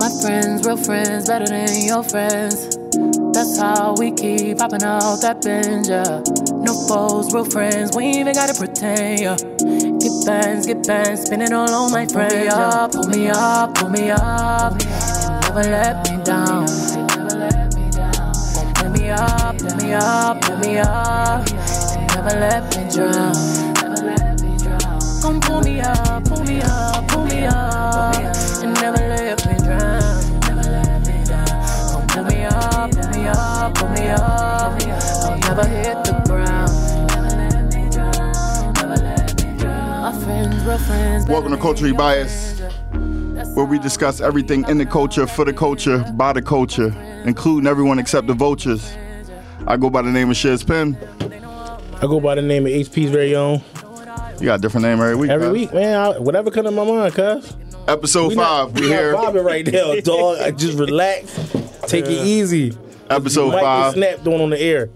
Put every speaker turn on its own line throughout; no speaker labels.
My friends, real friends, better than your friends. That's how we keep popping out that binge, yeah. No foes, real friends, we ain't even gotta pretend, yeah. Get bands, get bands, spinning all on my friends. Pull me up, pull me up, pull me up. Never let me down. Pull me up, pull me up, pull me up. Never let me drown. Come pull me up, pull me up, pull me up, and never let me drown. Come pull me up, pull me up, pull me up. I'll never hit the ground. My friends, real friends.
Welcome to Culturally Biased, where we discuss everything in the culture, for the culture, by the culture, including everyone except the vultures. I go by the name of Shiz Penn.
I go by the name of HP's very own.
You got a different name every week.
Every
cuz.
week, man, I, whatever come to my mind, cuz.
Episode
We not-
five. We
we
here.
not vibing right now, dog. I just relax, take it easy.
Episode
Mike
five.
is snapped on on the air.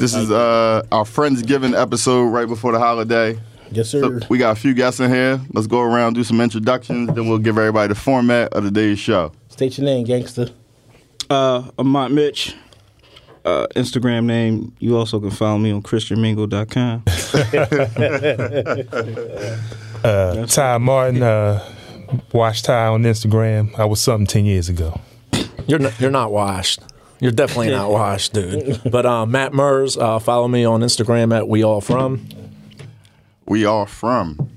This is uh, our Friendsgiving episode right before the holiday.
Yes, sir.
So we got a few guests in here. Let's go around, do some introductions, then we'll give everybody the format of the day's show.
State your name, gangster.
Uh, Amont Mitch. Uh, Instagram name. You also can follow me on ChristianMingle.com.
Uh, Ty Martin, uh, watch Ty on Instagram. I was something ten years ago.
You're not, you're not washed. You're definitely not washed, dude. But um, Matt Mers, uh, follow me on Instagram at We All From.
we are from.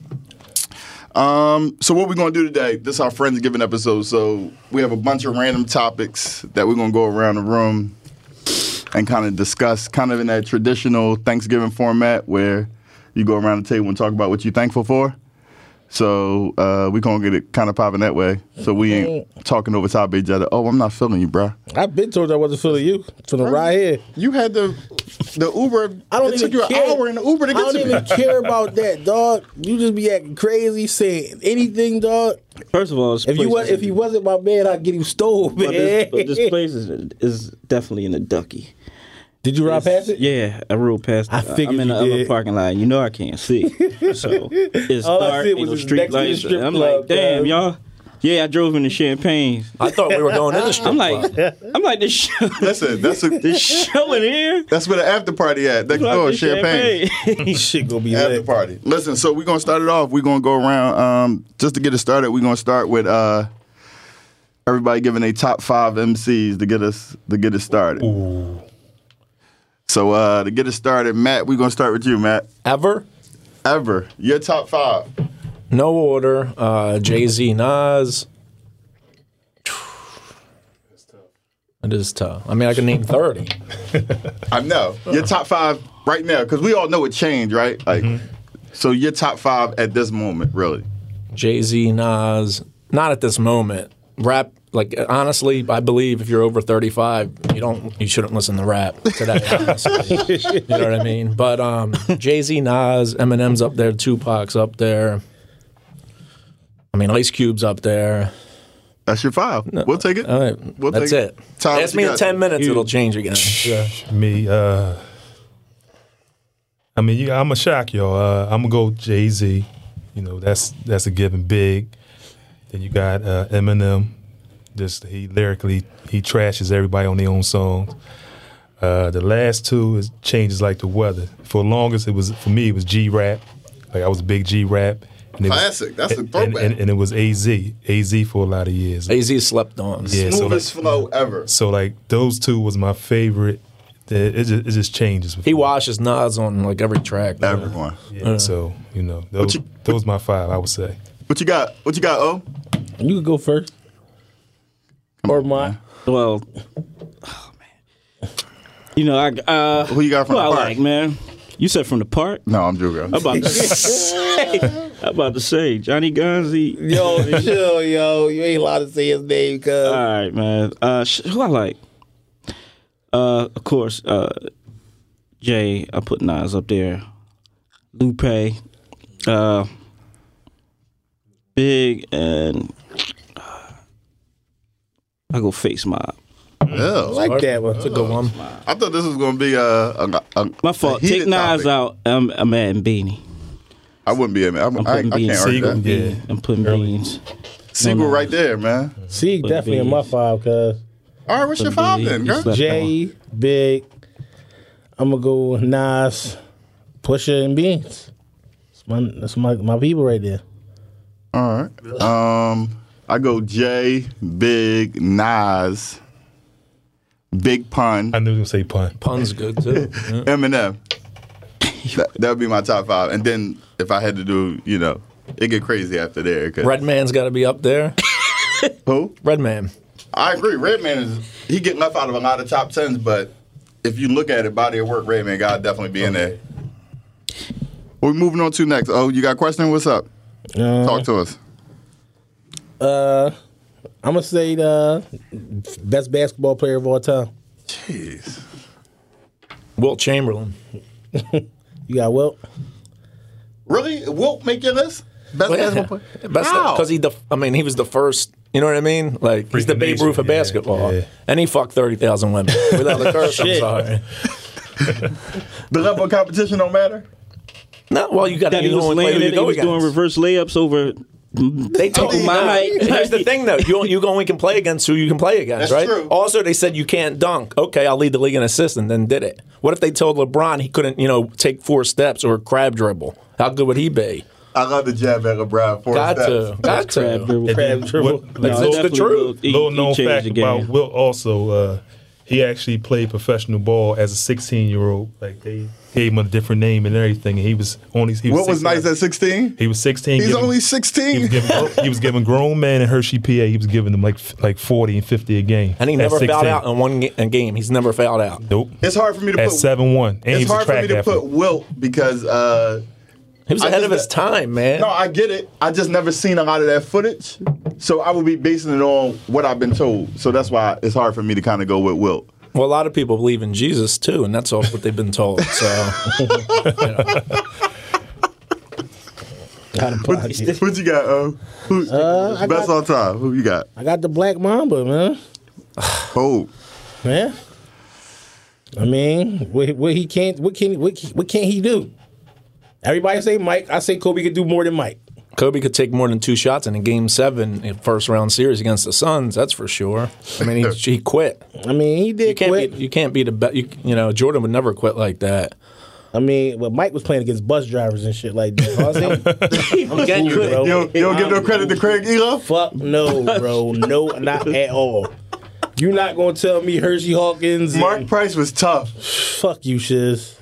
Um, so what we're gonna do today? This is our Friendsgiving episode. So we have a bunch of random topics that we're gonna go around the room and kind of discuss, kind of in that traditional Thanksgiving format where you go around the table and talk about what you're thankful for. So uh, we're gonna get it kind of popping that way. So we ain't talking over top of each other. Oh, I'm not feeling you, bruh.
I've been told I wasn't feeling you from the ride here.
You had the the Uber.
I don't even care.
Uber
I don't even care about that, dog. You just be acting crazy, saying anything, dog.
First of all, this
If you
place
was,
is-
if he wasn't my man, I'd get him stole, man.
but this, but this place is, is definitely in the ducky.
Did you ride past it?
Yeah, I rode past.
I
it.
figured
I'm in
you
the other
did.
parking lot. and You know I can't see, so it's
All I
dark.
see
ain't
was
no
this
street
next to the
lights.
strip
I'm
club,
like, damn,
cuz.
y'all. Yeah, I drove into Champagne.
I thought we were going in the strip
I'm like,
club.
I'm like this show.
Listen, that's a,
This show in here.
that's where the after party at next
Fucking
door, Oh, champagne.
Shit gonna be
After
lit.
party. Listen, so we're gonna start it off. We're gonna go around. Um, just to get it started, we're gonna start with uh, everybody giving a top five MCs to get us to get it started. So uh, to get it started, Matt, we're gonna start with you, Matt.
Ever?
Ever your top five?
No order. Uh, Jay Z, Nas. It is tough. I mean, I can name 30.
I know your top five right now because we all know it changed, right? Like, so your top five at this moment, really?
Jay Z, Nas. Not at this moment. Rap, like, honestly, I believe if you're over 35, you don't, you shouldn't listen to rap today, honestly. you know what I mean? But um, Jay Z, Nas, Eminem's up there, Tupac's up there. I mean, Ice Cube's up there.
That's your five. we'll take it.
All right,
We'll
that's
take
it.
it. Tom, what
Ask
you
me in
got?
ten minutes, it'll change again.
Me, uh, I mean, you, I'm gonna shock y'all. Uh, I'm gonna go Jay Z. You know, that's that's a given. Big. Then you got uh, Eminem. Just he lyrically he trashes everybody on their own songs. Uh, the last two is changes like the weather. For longest, it was for me it was G rap. Like I was a big G rap. And it was-
Classic. That's a
and-
throwback.
And, and it was AZ. AZ for a lot of years.
AZ slept on.
Yeah, so like,
Smoothest flow ever.
so like those two was my favorite. It, it, just, it just changes. with
He
me.
washes nods on like every track.
Everyone.
Yeah, so you know those,
you-
those my five. I would say.
What you got? What you got? Oh,
You can go first. Or my
Well, oh man, you know I uh,
Who you got from
who
the
I
park?
like, man. You said from the park.
no, I'm joking.
I'm about to say, I'm about to say Johnny Gunzy.
Yo, chill, yo. You ain't allowed to say his name, cuz.
All right, man. Uh, sh- who I like? Uh, of course, uh, Jay. I put Nas up there. Lupe, uh, Big, and uh, I go Face Mob.
Ew.
I like that one.
That's a good one.
I thought this was going to be a, a, a
My fault.
a heated
Take Nas
topic.
out. I'm, I'm adding Beanie.
I wouldn't be. I, I, I,
I'm putting
I
Beanie.
can't argue
Siegel.
that.
Yeah.
I'm putting Beans.
Sequel right there, man.
See, definitely in my five, cuz.
All right, what's your five then,
You
girl?
slept on.
Jay, Big. I'm gonna go Nas, Pusha, and Beans. That's my that's my, my people right there.
All right. Um, I go Jay, Big, Nas, Big Pun,
I knew you were gonna say pun.
Pun's good too. Yeah.
Eminem. That, that would be my top five. And then if I had to do, you know, it get crazy after there. 'cause-
Redman's got to be up there.
Who?
Redman.
I agree. Redman is he get enough out of a lot of top tens, but if you look at it, body of work, Redman got definitely be in there. We're moving on to next. Oh, you got a question? What's up? Talk to us.
I'm gonna Uh, say the best basketball player of all time.
Jeez.
Wilt Chamberlain.
You got Wilt.
Really? Wilt make your list? Best basketball player? How?
because he, def- I mean, he was the first. You know what I mean? Like he's the
Freaking
Babe
nation,
Ruth of
yeah,
basketball,
yeah.
and he fucked thirty thousand women without a curse. I'm
Shit.
sorry.
The level of competition don't matter.
No, well, you got to
That he
you
was
only
laying
play
it,
who you
he
go
was doing
against.
reverse layups over.
They took
Oh,
my.
my-
Here's the thing, though. You you only can play against who you can play against,
That's
right?
true.
Also, they said you can't dunk. Okay, I'll lead the league in assists, and then did it. What if they told LeBron he couldn't, you know, take four steps or crab dribble? How good would he be?
I love the jab at LeBron. Four
Got to,
steps.
got
Crab
to.
dribble.
Crab dribble.
What-
No,
That's the
definitely
truth.
Wilt. He-
little
he
known
changed
fact
the game.
about Will also, uh, he actually played professional ball as a 16 year old. Like they gave him a different name and everything. And he was only he was
Wilt was
16.
nice at 16?
he was 16.
He's
giving-
only
He was,
16.
giving, he was giving grown men in Hershey, PA. He was giving them like f- like 40 and 50 a game.
And he
at
never
16.
fouled out in one ga- game. He's never fouled out.
Nope.
It's hard for me to
At
put.
seven one, and he
It's
was a
hard for me
track
to
athlete.
put Wilt because uh,
He was
I
ahead
just
of his
got-
time, man.
No, I get it. I just never seen a lot of that footage, so I will be basing it on what I've been told. So that's why it's hard for me to kind of go with Wilt.
well, a lot of people believe in Jesus too, and that's all what they've been told. So
Out of pocket.
What you got? Uh, who,
Uh, I
best
got-
all time. Who you got?
I got the Black Mamba, man.
Oh,
Yeah. I mean, what, what he can't, what can, what, he- what can't he do? Everybody say Mike. I say Kobe could do more than Mike.
Kobe could take more than two shots in a game seven in first round series against the Suns. That's for sure. I mean, he, he quit.
I mean, he
You
did
can't
quit.
be. You can't be the best. You, you know, Jordan would never quit like that.
I mean, well, Mike was playing against bus drivers and shit like that. All I'm saying, I'm cool,
Again, you could-
bro.
you don't, you don't give no credit to Craig Elo.
Fuck no, bro. No, not at all. You're not gonna tell me Hershey Hawkins. and-
Mark Price was tough.
fuck you, shiz.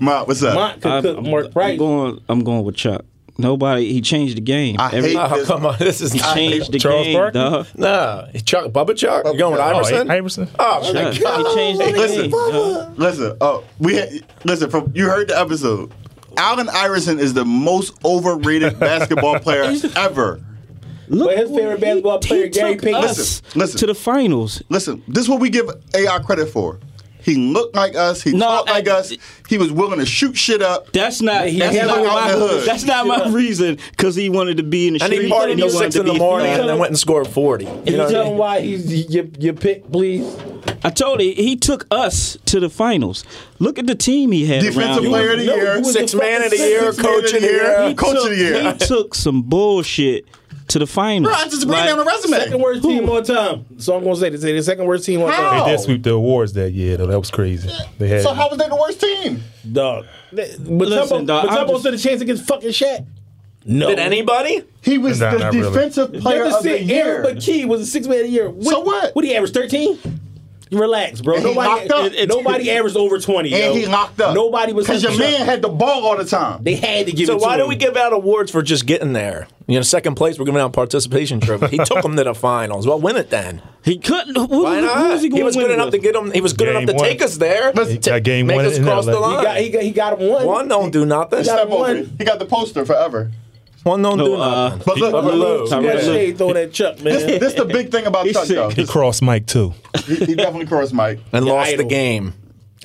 Ma, what's up?
Mont could
I'm,
cook
I'm-
Mark Price.
I'm going. I'm going with Chuck. Nobody. He changed the game.
I
Every-
hate-
Oh, come on, this is not.
changed the
Charles
game,
Barkley?
dog.
Nah, Chuck, Bubba Chuck. You going with
Oh,
Iverson?
Iverson.
Oh,
Chuck, he changed the game.
listen.
dog.
Listen, oh, we had, listen from you heard the episode. Allen Iverson is the most overrated basketball player ever.
Look,
But his favorite
he-
basketball player,
he
Gary
took
Payton.
us
Listen, listen.
to the finals.
Listen, this is what we give AI credit for. He looked like us. He
No,
talked like
I-
us. He was willing to shoot shit up.
That's not.
he-
That's
he
not
hung out in the
my.
hood.
That's not my reason. Because he wanted to be in the
and
street.
he partied till
wanted
six
to
in the
be-
morning, and then went and scored forty. You
Can
know
you
what I
tell
mean?
him why he's your, your pick, please?
I told you he took us to the finals. Look at the team he had
Defensive
around him.
player of the
no,
year.
you was
Six
the fucking
man of the
six-
year,
six man of
coach
the
of the
year.
year.
He
Coach of
took-
the year.
He took some bullshit to the finals.
Bro, I just bring
Like,
down a
Second
resume.
worst team all time. So I'm gonna say this: they the second worst team all
How?
time.
They did sweep the awards that year, though. That was crazy. They had
Oh. So how was they the worst team?
Dog. They- But
Listen,
Listen,
dog, I'm
Matumbo
just-
stood a chance against fucking Shaq. No.
Did anybody?
He was
Nah,
the
not really.
defensive player
Just
of the
sit, Aaron
year.
McKee was a six man of the year. What,
what?
What he averaged? Thirteen. Relax, bro.
And he
Nobody,
locked up.
it- it- nobody averaged over twenty.
and
yo.
he locked up.
Nobody was
because your
touching
man
up.
had the ball all the time.
They had to give.
So
it to
why do
him.
we give out awards for just getting there? You know, second place, we're giving out participation trophy. He took them to the finals. Well, win it then.
He couldn't. Who,
Why
who- who
not?
was he
He,
going
was
win
good
with?
enough to get them. He was good
Game
enough to
one.
take us there.
Let's
He
ta-
got game
make
one
us
in
cross
LA.
the line.
He got, he got, he got him one.
One don't do
got
nothing.
Step over
one.
it. He got the poster forever.
One don't do
No, uh,
nothing.
But look,
But
look,
look,
Tyrese
Yeah,
yeah.
Lue.
they throw that Chuck, man.
this the big thing about
He's
Chuck
sick.
though.
he crossed Mike too.
He, he definitely crossed Mike.
and
Your
lost the
idol.
game.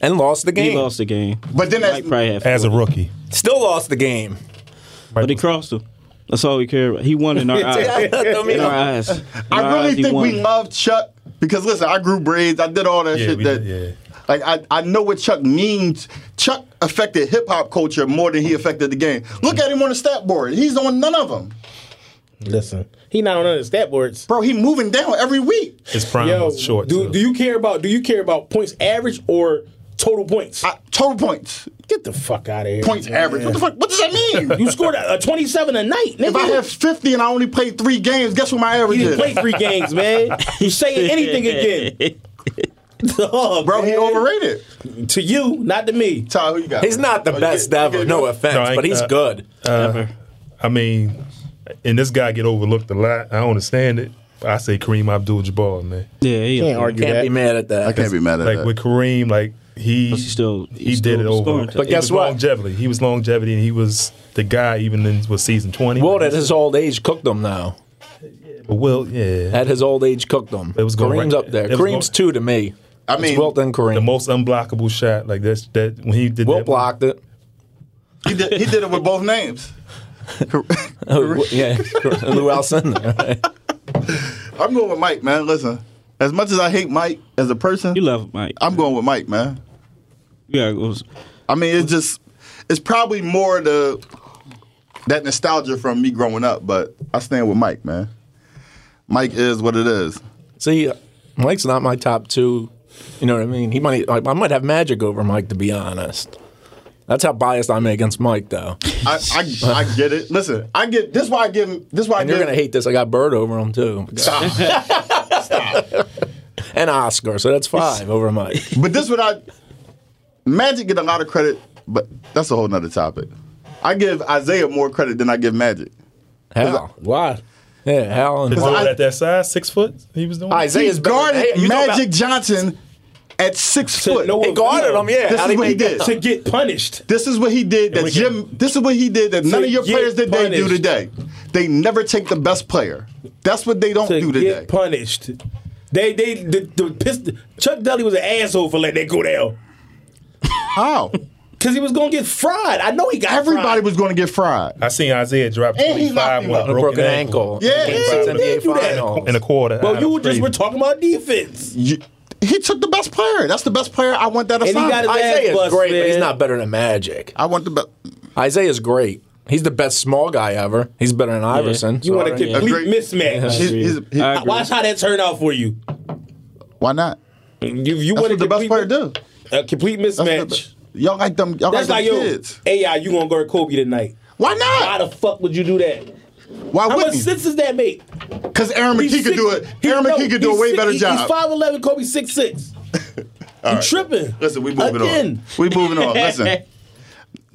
And lost the
He
game.
lost the game.
But then that's
Mike probably had,
as a rookie.
Still lost the game.
but he crossed him. That's all we care about. He won in our eyes.
I mean,
In our eyes. In our
I
eyes,
really
he
think we
won.
love Chuck because listen, I grew braids. I did all that
Yeah,
shit.
we
that
did, yeah.
like I, I know what Chuck means. Chuck affected hip hop culture more than he affected the game. Look at him on the stat board. He's on none of them.
Listen, he not on none of the stat boards.
Bro, he moving down every week.
His prime
Yo,
was short.
do,
too.
do you care about do you care about points average or total points?
I, total points.
Get the fuck out of here.
Points
man.
average. What the fuck? What does that mean?
You scored a, a twenty-seven a night. Nigga.
if I have 50 and I only played three games, guess what my average
you
is?
didn't play three games, man. You saying anything again? Dog,
Bro, he
man.
overrated.
to you, not to me.
Ty, who you got?
He's not the
Oh, you
best
get- you
ever.
get-
No offense,
No, I-
but he's
uh,
good.
I mean, and this guy get overlooked a lot. I don't understand it. I say Kareem Abdul-Jabbar, man.
Yeah, he
Can't argue
Can't
that.
be mad at that.
I can't be mad at
Like
that.
with Kareem, like he
he's still- he's
he
still
did it
scoring
over.
to- But
It
guess
was
what?
Longevity. He was longevity, and he was the guy even in was season twenty.
Well, at his old age, cooked him now.
But Will, yeah,
At his old age, cooked him.
It was going
Kareem's
right-
up there.
it was
Kareem's
going-
two to me.
I mean,
it's Wilt and Kareem.
the most unblockable shot. Like that's that when he did
Wilt
that.
blocked it.
he, did, he did it with both names.
Oh, yeah, Lou Alcindor.
I'm going with Mike, man. Listen, as much as I hate Mike as a person,
You love him, Mike.
I'm going with Mike, man.
Yeah, it was,
I mean, it's just, it's probably more the that nostalgia from me growing up, but I stand with Mike, man. Mike is what it is.
See, uh, Mike's not my top two. You know what I mean? He might. Like, I might have magic over Mike, to be honest. That's how biased I'm against Mike, though.
I, I, I get it. Listen, I get this. Is why I give him. This is why I
And you're
give.
gonna hate this. I got Bird over him too, and Oscar. So that's five over Mike.
But this is what I. Magic get a lot of credit, but that's a whole nother topic. I give Isaiah more credit than I give Magic.
Hal,
Why?
yeah, Hal and
Wilt
I-
at that size, six foot, he was doing.
Isaiah's
he
better than-
guarded
hey, you talking
Magic Johnson at six foot.
no
He guarded him, yeah.
This
How'd
is
he
what he
make that
did.
up?
to get punished.
This is what he did that
we
Jim. This is what he did that none of your
get
players that they do
punished.
today. They never take the best player. That's what they don't
To
do today.
get punished. They they the, the pist- Chuck Dudley was an asshole for letting that go down
How?
because he was gonna get fried. I know he got
Everybody
fried.
was going to get fried.
I seen Isaiah drop
And he
twenty
knocked
five
him
with
out.
a
a broken, ankle.
Yeah,
He
yeah,
went to
he
the
did do that.
NBA finals.
in a quarter.
Well,
I
you
was
were just
crazy.
were talking about defense.
You- he took the best player. That's the best player. I want that
he
assignment.
got his ass
Isaiah's
bust,
great, but he's
man.
not better than Magic.
I want the best.
Isaiah's great. He's the best small guy ever. He's better than Iverson.
You want a
Sorry.
complete
Agreed.
mismatch.
He's- he's- he-
I agree.
Watch how that turned out for you.
why not?
You
That's
you want a
what the best
complete,
player do.
a complete mismatch.
That's what the- Y'all like them. Y'all
That's
like
like
them
yo,
kids.
AI, you gonna guard Kobe tonight?
Why
Why
not?
the fuck would you do that?
Why
How much
wouldn't?
sense does that make?
Because Aaron McKee could do it. Aaron McKee could do a way better
He's
job.
five eleven. Kobe six six. You tripping?
Listen, we moving
Again.
on. We moving on. Listen.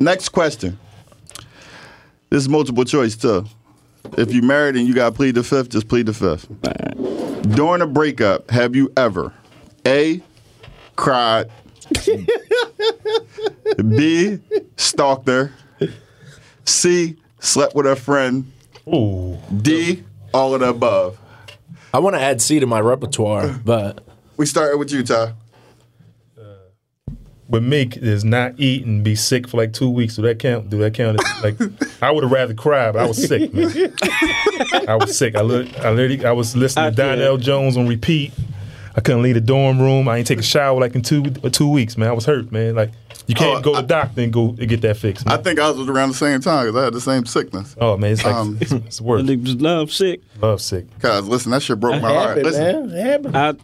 Next question. This is multiple choice too. If you married and you got to plead the fifth, just plead the fifth. During a breakup, have you ever A cried, B stalked her, C slept with her friend,
Ooh.
D all of the above?
I want to add C to my repertoire, but
We started with you, Ty.
With me is not eat and be sick for like two weeks. Do that count? Do that count? It's Like I would have rather cried, but I was sick. Man. I was sick. I look. I literally. I was listening
I
to
feel
Donnell Jones on repeat. I couldn't leave the dorm room. I ain't take a shower like in two uh, two weeks, man. I was hurt, man. Like you can't
Oh,
go
I-
to the doctor and go and get that fixed.
I
Man.
think I was around the same time because I had the same sickness.
oh man, it's like
Um,
it's, it's worse.
They was love sick.
Love sick.
Cause listen, that shit broke my heart.
Happened,
Listen,
man. It happened.
I,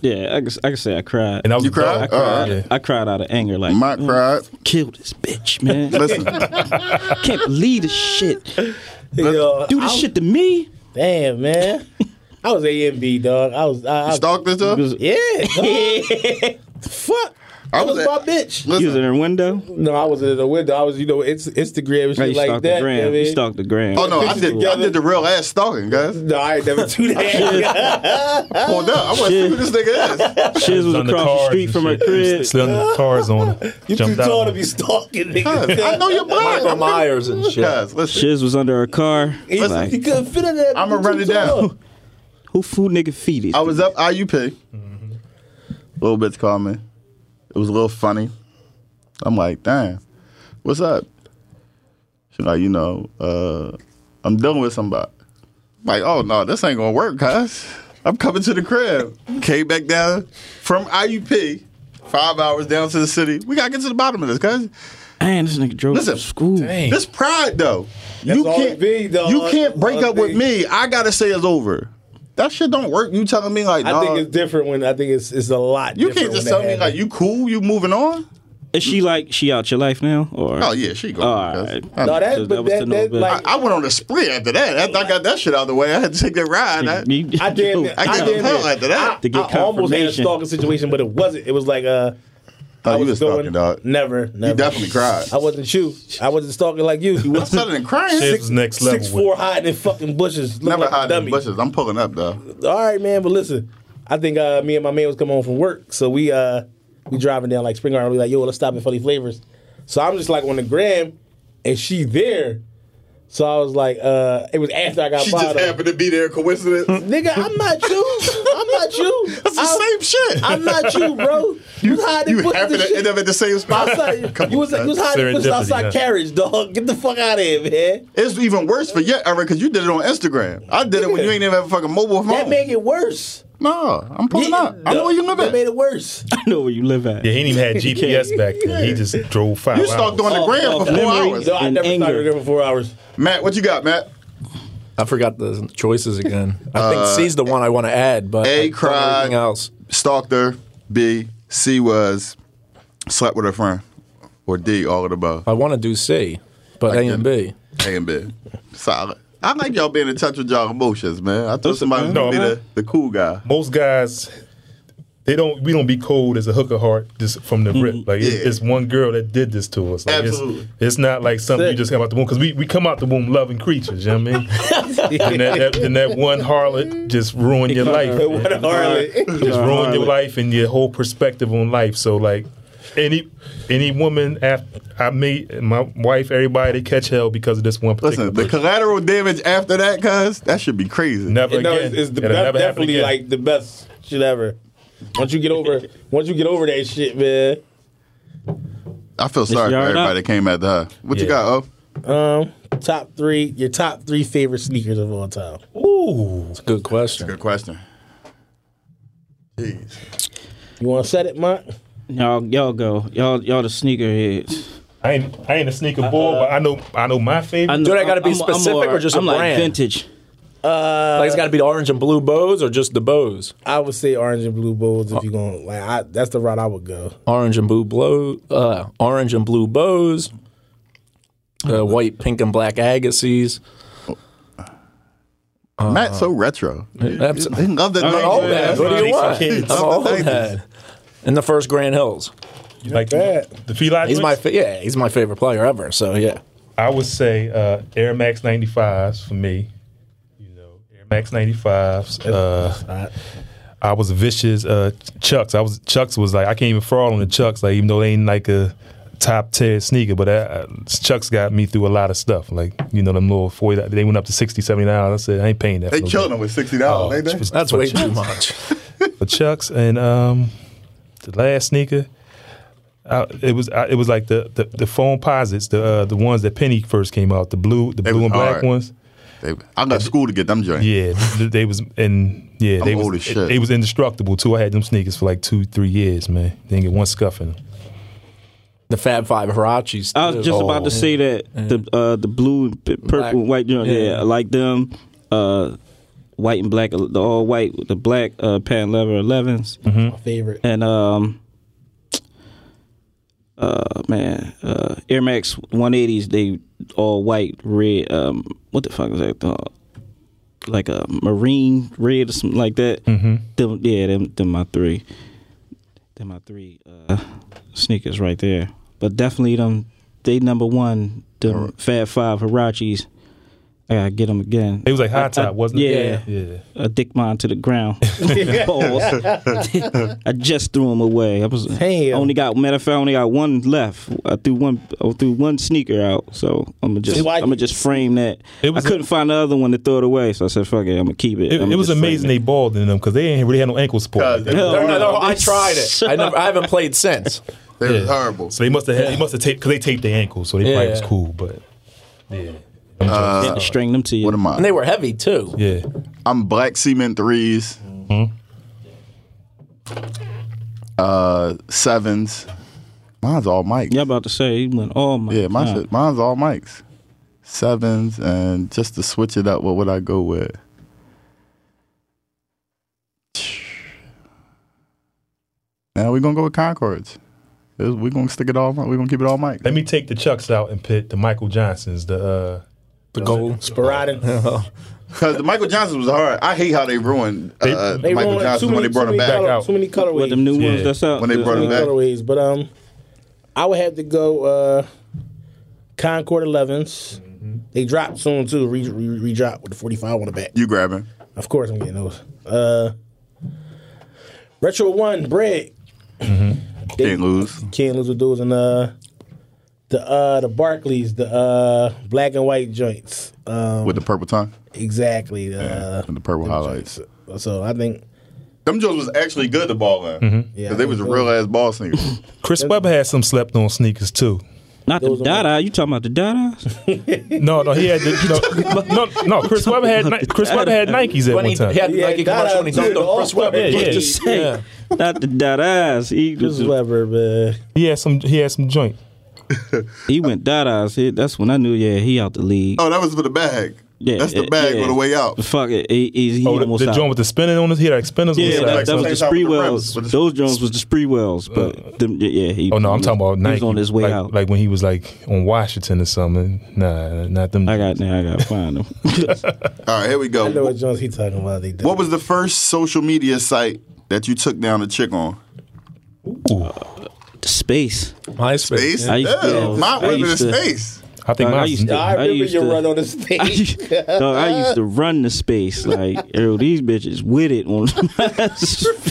yeah, I can, I can say I cried.
And I was
You cried?
I cried.
All right.
yeah.
I cried out of anger, like
Mike
"Man,
cried.
Kill this bitch, man!
Listen,
I can't believe this shit. Do
Yo,
this
I-
shit to me.
Damn, man. I was AMB dog. I was. I, I,
stalk this up.
Was-
yeah. dog. Fuck.
I
I
was
was,
at-
my bitch.
You was in
Listen,
her window.
No, I was in the window. I was, you know, it's Instagram and
Hey,
shit
you
like
stalked
that. you know what I
the gram. You
mean?
stalked the gram.
oh no, I did, I did the real ass stalking, guys.
No, I ain't never do that.
Hold up, I want to see who this nigga is.
Shiz was
Under
across the
cars
street
and
from her
shit.
crib.
Slid under the cars on her.
you too
Jumped out
tall
on
to
her.
be stalking
Guys, I
niggas.
know your block.
Michael
I'm-
Myers and shit.
Guys, listen,
Shiz was under her car.
You
Like,
you couldn't fit in that.
I'ma
You too
run it down.
tall.
who food nigga feed it?
I was up IUP. Little bitch called me. It was a little funny. I'm like, damn, what's up? She's like, you know, uh, I'm dealing with somebody. I'm like, oh no, this ain't gonna work, guys. I'm coming to the crib. Came back down from IUP, five hours down to the city. We gotta get to the bottom of this, guys.
Man, this nigga drove
Listen,
to school.
Dang.
This pride though. you
all
can't
it be, dog.
you can't break
All it
up with
be.
me. I gotta say it's over. That shit don't work. You telling me like
I think
nah,
it's different when I think it's it's a lot.
you can't just tell me like you cool, you moving on?
Is she like she out your life now? Or
Oh yeah, she go.
All
because-
right.
I,
No, that-
So
but
was
that-
to no
that,
good.
like-
I went on a spree after that. After I got that shit out of the way, I had to take that ride. I,
You-
I
yo,
did. I,
can't
did.
tell after that.
I,
To get
I almost had a
confirmation.
stalking situation, but it wasn't. It was like uh,
oh,
I
you
was
was
going,
talking dog.
Never, never.
You definitely cried.
I wasn't you. I wasn't stalking like you. You
I'm
was
sudden and crying.
Shit was next level.
six four hiding in fucking bushes. looking
Never
like a
hide in
dummy.
bushes. I'm pulling up though.
All right, man. But listen, I think uh, me and my man was coming home from work, so we uh, we driving down like Spring Garden. We like, yo, let's stop at Funny Flavors. So I'm just like on the gram, and she there. So I was like, uh, it was after I got
She
bought.
just happened to be there. Coincidence.
Nigga, I'm not you. I'm not you.
That's the same
I'm-
shit.
I'm not you, bro. You, was hiding
you
bushes
happen
and
to end
shit.
up at the same spot.
Outside,
Come
you
on,
was, you
son.
was hiding bushes
Serendipity,
outside
yeah.
carriage, dog. Get the fuck out of here, man.
It's even worse for you, Eric, because you did it on Instagram. I did it when you ain't even have a fucking mobile
That
phone.
make it worse.
no, I'm pulling up. Oh. I know where you live
That made
at.
it worse.
I know where you live at.
Yeah, he ain't even had GPS back then. He just drove five
You stalked
hours.
on the gram
oh,
for four
memory.
hours.
No, I
And
never
anger.
started there for four hours.
Matt, what you got, Matt?
I forgot the choices again. I think C's the one I want to add, but
Uh, A
I don't know
cried.
Everything else.
Stalked her. B. C was slept with her friend. Or D, all of the above.
I want to do C, but A and B.
A and B. Solid. I like y'all being in touch with y'all emotions, man. I thought somebody was gonna
No,
be the,
man.
the cool guy.
Most guys, they don't. We don't be cold as a hooker heart just from the rip. Like it-
Mm-hmm. Yeah.
it's one girl that did this to us. Like, it's-
Absolutely.
It's, not like something you just come out the womb because we, we come out the womb loving creatures. You know what I mean? and, that, that, and that one harlot just ruined your life.
What a harlot.
just ruined your
harlot.
life and your whole perspective on life. So like any any woman after I meet my wife, everybody they catch hell because of this one particular.
Listen, the
person.
collateral damage after that, cuz, that should be crazy.
never
no,
again.
it's, it's the
It'll
best,
never happen
definitely
again.
like the best shit ever. Once you get over, once you get over that shit, man.
I feel sorry for
Yarda.
everybody that came after her. What you
Yeah.
got, oh?
Um, top three, your top three favorite sneakers of all time.
ooh.
It's a good question.
Good question. Jeez.
You want to set it, Mont?
Y'all, y'all go. Y'all, y'all the sneakerheads.
I ain't I ain't a
Uh-uh.
sneaker boy, but I know I know my favorite.
know,
Do they gotta be specific
more-
or just a
I'm like
brand?
vintage.
like it's got to be the orange and blue bows or just the bows.
I would say orange and blue bulls if you're going. Like, I, that's the route I would go.
Orange and blue blow. Uh, orange and blue bows. Uh, white, pink, and black Agassiz. Uh-huh.
Matt's so retro.
That's
They love that.
right,
old
yeah,
ass.
that's
What do you want?
Kids.
I'm an
Love
old
the 90s.
head. And the first Grand Hills.
like
bad.
the Feli.
He's my fa- yeah. He's my favorite player ever. So yeah.
I would say uh, Air Max 95s for me. You know, Air Max 95s. Uh, I was vicious. Uh, Chucks. I was Chucks was like I can't even fraud on the Chucks. Like even though they ain't like a top tier sneaker, but uh, Chucks got me through a lot of stuff. Like you know them little forty. They went up to 60 70 dollars. I said I ain't paying that.
They
for no
killed
good.
him with sixty
Oh,
dollars, ain't they?
That's way too much.
for Chucks and um, the last sneaker. I, it was I, it was like the the, the foam posits, the uh, the ones that Penny first came out, the blue the blue
was
and black
hard.
ones.
They- I got school to get them joints.
Yeah, th- they was and yeah, they
old
was
as shit.
It, was indestructible too. I had them sneakers for like two three years, man. Didn't get one scuff in them.
The Fab Five Hirachis.
I was just
too. Oh.
about to say that the uh, the blue, and p- purple,
Black.
and white, you know, yeah.
Yeah.
I like them. Uh, white and black, uh, the all white, with the black uh, patent leather 11s,
My favorite.
and um, uh, man, uh, Air Max 180s. They all white, red. Um, what the fuck is that? Uh, like a marine red or something like that. Mm-hmm. Them, yeah, them, them my three. Them my three uh, sneakers right there. But definitely them. They number one. The Fab Five Hirachis. I gotta get them again.
It was like high
I-
top, wasn't
yeah.
it? Yeah, yeah.
I dick mine to the ground. Balls. I just threw them away. I was
Damn.
only got matter of fact, I only got one left. I threw one I threw one sneaker out, so I'm gonna just
So why-
I'm gonna just frame that.
It was
I couldn't find the other one to throw it away, so I said, "Fuck it, I'm gonna keep it."
It,
I'ma
it was
just frame
amazing
it.
they balled in them because they ain't really had no ankle support.
God, they-
Hell
No, no, no,
no.
I tried it. I never. I haven't played since.
They was
Yeah.
horrible.
So they must have had, they must have taped because they taped their ankles, so they
Yeah,
probably was
yeah.
cool. But yeah,
Had to string them to you.
What am
And
I?
they were heavy too.
yeah.
I'm black cement 3s
Mm-hmm.
Uh, sevens. Mine's all mics.
Yeah, I'm about to say he went all my.
Yeah, mine's,
God.
mine's all mics. Sevens, and just to switch it up, what would I go with? Now we're going to go with Concords. We're going to stick it all, we're going to keep it all mics.
Let me take the Chucks out and pit the Michael Johnsons, the uh,
The goal.
Baradin.
Because the Michael Johnson was hard. I hate how they ruined uh,
They
Michael
ruined
Johnson
too
when
many,
they brought
too
him
many
back.
color-
out.
too many colorways.
With them new ones
Yeah.
that's out. Uh,
When they
the-
brought him back.
colorways, but um, I would have to go uh, Concord 11s.
Mm-hmm.
They dropped soon too. Re, re, re dropped with the 45 on the back.
You grabbing?
Of course, I'm getting those. Uh, Retro One bread
Can't lose.
can't lose with those and uh, the uh the Barclays the uh black and white joints. Um,
With the purple tongue
exactly. The, uh,
and the purple highlights.
so, so I think
Them Jones was actually good to ball in.
Yeah,
Because they was
I think
real ass ball sneakers.
Chris Webber had some slept on sneakers too.
Not the
Those are like-
Dada. You talking about the Dada?
No, no, he had the, no, no, no. Chris Webber had Ni- Chris Webber had Nikes at
When
one
he, he
time.
had the
Yeah,
Nike
that,
commercial when he
uh,
dunked
dude,
on Chris
all-
Webber.
Yeah, yeah.
Just say, not the Dadas. He,
this is Weber, but
He had some. He had some joint.
he went Dadas. He- That's when I knew, yeah, he out the league.
oh, that was for the bag.
Yeah,
That's the
uh,
bag
yeah.
on the way out.
Fuck it. He, he, he
Oh, the,
almost
the
out.
joint with the spinning on his. He had like spinners
yeah,
on
that,
his
that was
side.
the
Same time
spree
with the
wells.
Rams, but the-
Those Jones was the spree wells, but them, yeah, he.
Oh no, I'm talking about
he
Nike.
was on his way
like,
out.
like when he was like on Washington or something. Nah, not them.
I got now. I got to find him.
All right, here we
I know
go.
what Jones he talking about. They did.
What was the first social media site that you took down a chick on?
The space.
MySpace.
Space?
I used to-
Yeah, mine
I
wasn't in
used to-
space.
I think
Dog, I
my
used to.
I
I
remember
used
your
to-
run on the
I
stage.
used, dog, I used to run the space like yo, these bitches with it on.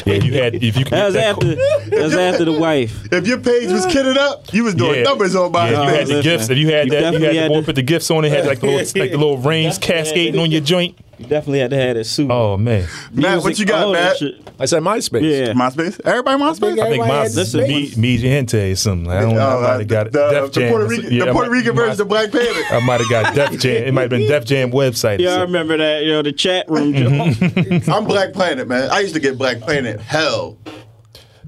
Yeah, you had if you could
that
get
was
that
after. That was after the wife.
If your page was kitted up, you was doing
Yeah.
numbers on by
Yeah,
Oh,
you had the
listen.
gifts. If you had
You
that, you
definitely
had,
had
the boy
to-
put the gifts on it. Had like the little, like the little rings cascading on your joint.
You definitely had to have that suit.
Oh man,
Matt, what you got,
all "Oh, that
Matt?
shit.
I said MySpace.
Yeah.
MySpace? Everybody MySpace?
I think
Everybody had
mine's
the
listen, me,
space.
me Gente or something. I don't know.
Oh,
I might have
the,
got it.
the,
Def
the
Jam.
Puerto
or
Rican,
something. Yeah,
the
I
Puerto
might-
Rican version of Black Panther.
I might have got Def Jam. It might have been Def Jam website. or
Yeah, I
something.
remember that. Yo, the chat room. Jones.
I'm Black Planet, man. I used to get Black Planet hell.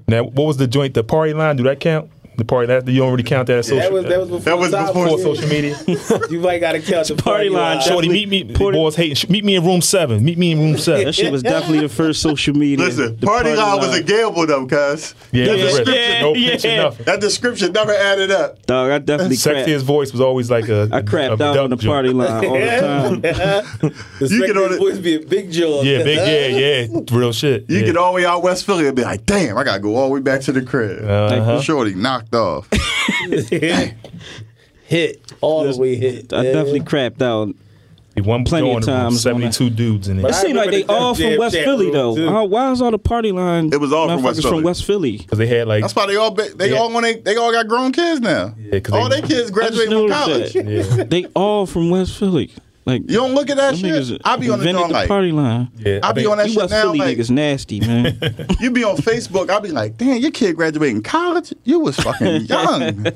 Now, what was the joint? The party line? Do that count? The party that you don't really count that as social.
That was that was before,
That was before
for
top
social media.
media. You might gotta count the party
party line,
line.
Joe.
Shorty, meet me. Boys hating. sh- Meet me in room seven. Meet me in room seven.
That shit was definitely the first social media.
Listen,
The
party line was a gamble though, cuz.
Yeah,
that,
yeah,
description,
yeah, no
yeah.
picture, nothing.
that description never added up.
Dog, I definitely
Sexiest
crapped.
voice was always like a.
I crapped
a
out on the
dub joint.
party line all the time.
The
You get on
second
it-
voice be a big jaw.
Yeah, big. Yeah, yeah, real shit.
You
yeah.
get all the way out West Philly and be like, damn, I gotta go all the way back to the crib.
Uh-huh.
Shorty knocked off.
hit all the way hit.
I definitely crapped out.
One
Plenty of
joint room,
times on that.
Seventy-two dudes in
But
it
It seemed like they
remember the
all from
goddamn
West
chat
Philly
room,
though.
too.
Uh, why is all the party line?
It was all from West
motherfuckers
Philly.
from West Philly.
because they had like.
That's why they all be, they
Yeah.
all want they, they all got grown kids now.
'cause
all
they-
they kids
I just
graduated from college.
noticed that.
Yeah.
They all from West Philly. Like
You don't look at that
them
shit.
niggas
I be on the
invented
joint like
party line.
Yeah,
I be
think-
on that
You
shit
West
now.
Philly
Like,
niggas nasty man.
you be on Facebook. I be like, damn, your kid graduating college. You was fucking young.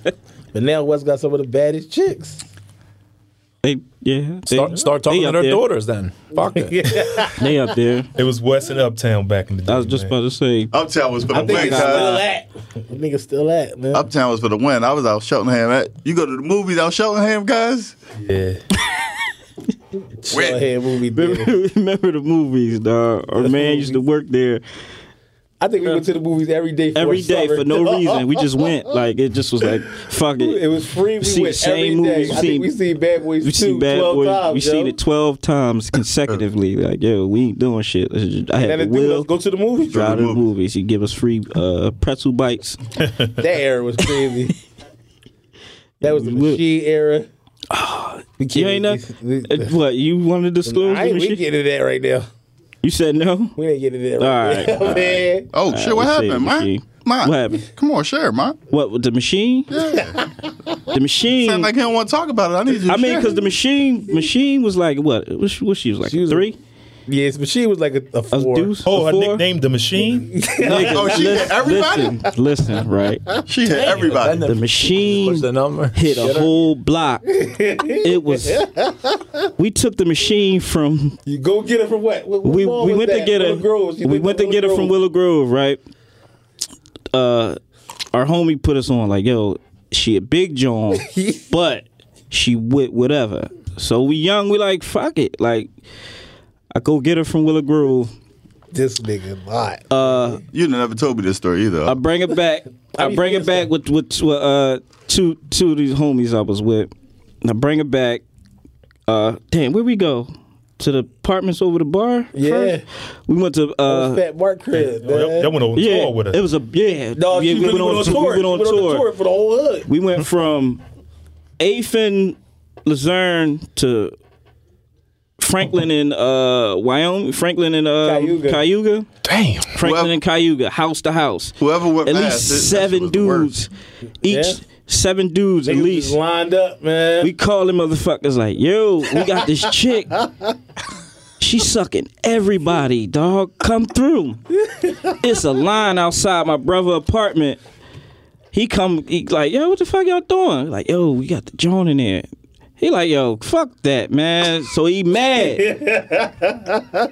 But now West got some of the baddest chicks.
they yeah. They,
Start, start
they
talking to
up
their
there.
daughters then. Fuck it.
They up there.
It was West and Uptown back in the day.
I was just
man.
about to say.
Uptown was for the
I think
win.
I got
cuz.
that.
Nigga still at man.
Uptown was for the win. I was out Cheltenham. That- You go to the movies out Cheltenham, guys.
Yeah.
Go ahead, movie. theater.
Remember the movies, dog. Our man used to work there
I think we went to the movies every day. For
every day
summer.
for no reason. We just went. Like it just was like fuck it.
It was free. We
see the
went every
same
day.
movies. We
I
seen-
think we seen Bad Boys
We
2
seen bad
12
boys.
times.
we
yo.
seen it twelve times consecutively. like, yo, we ain't doing shit. Let's just- I
And
had
the
the
dude,
will
let's go to the movies.
drive to the movies. He give us free uh, pretzel bites.
That era was crazy. that was the
We-
machine era. We
You ain't know
we-
uh, what you want to disclose?
I ain't,
and
we
shit?
getting to that right now.
You said no.
We ain't getting to that
All
right,
right,
now,
all right.
man.
Oh shit, what
let's Uh, see,
happened,
let's
man?
see.
Ma?
What happened?
Come on, share, man.
What with the machine? The machine.
Sound like he don't want to talk about it. I need you. To
I mean,
share.
because the machine machine was like what? What she, what she was like
She was a-
three?
Yes, but she was like a, a
A
four.
deuce?
Oh,
a
her
four?
nickname the Machine.
Nigga,
Oh, she hit everybody?
Listen, listen, right?
she hit everybody.
The machine
What's the number?
hit a whole block. It was. We took the machine from
You go get her from what? What- what
we
mall
we
was
went
that?
to get her.
Willow Groves. You
We
think
went to
Willow
get her from
Groves?
Willow Grove, right? Uh, our homie put us on like, yo, she a big John, but she with whatever. So we young, we like fuck it. Like I go get her from Willow Grove.
This nigga lied.
You never told me this story either.
I bring it back. I bring it back with with tw- uh, two two of these homies I was with. And I bring it back. Uh, damn, where we go to the apartments over the bar?
Yeah.
first? we went to uh,
Fat Mark crib.
That, that went on
yeah,
tour with us.
it was a yeah.
No,
yeah,
you really went on
t-
tour.
We went on tour.
for the whole hood.
We went from Afin, Luzerne to Franklin and uh, Wyoming. Franklin and uh,
Cayuga.
Cayuga.
Damn.
Franklin
Well-
and Cayuga, house to house.
Whoever went
At
past it, that
least seven
shit was
dudes. Each
Yeah.
seven dudes at
Niggas just
least.
lined up, man.
We calling motherfuckers like, yo, we got this chick. She sucking everybody, dog. Come through. It's a line outside my brother apartment. He come, he like, yo, what the fuck y'all doing? Like, yo, we got the John in there. He like, yo, fuck that, man. So he mad.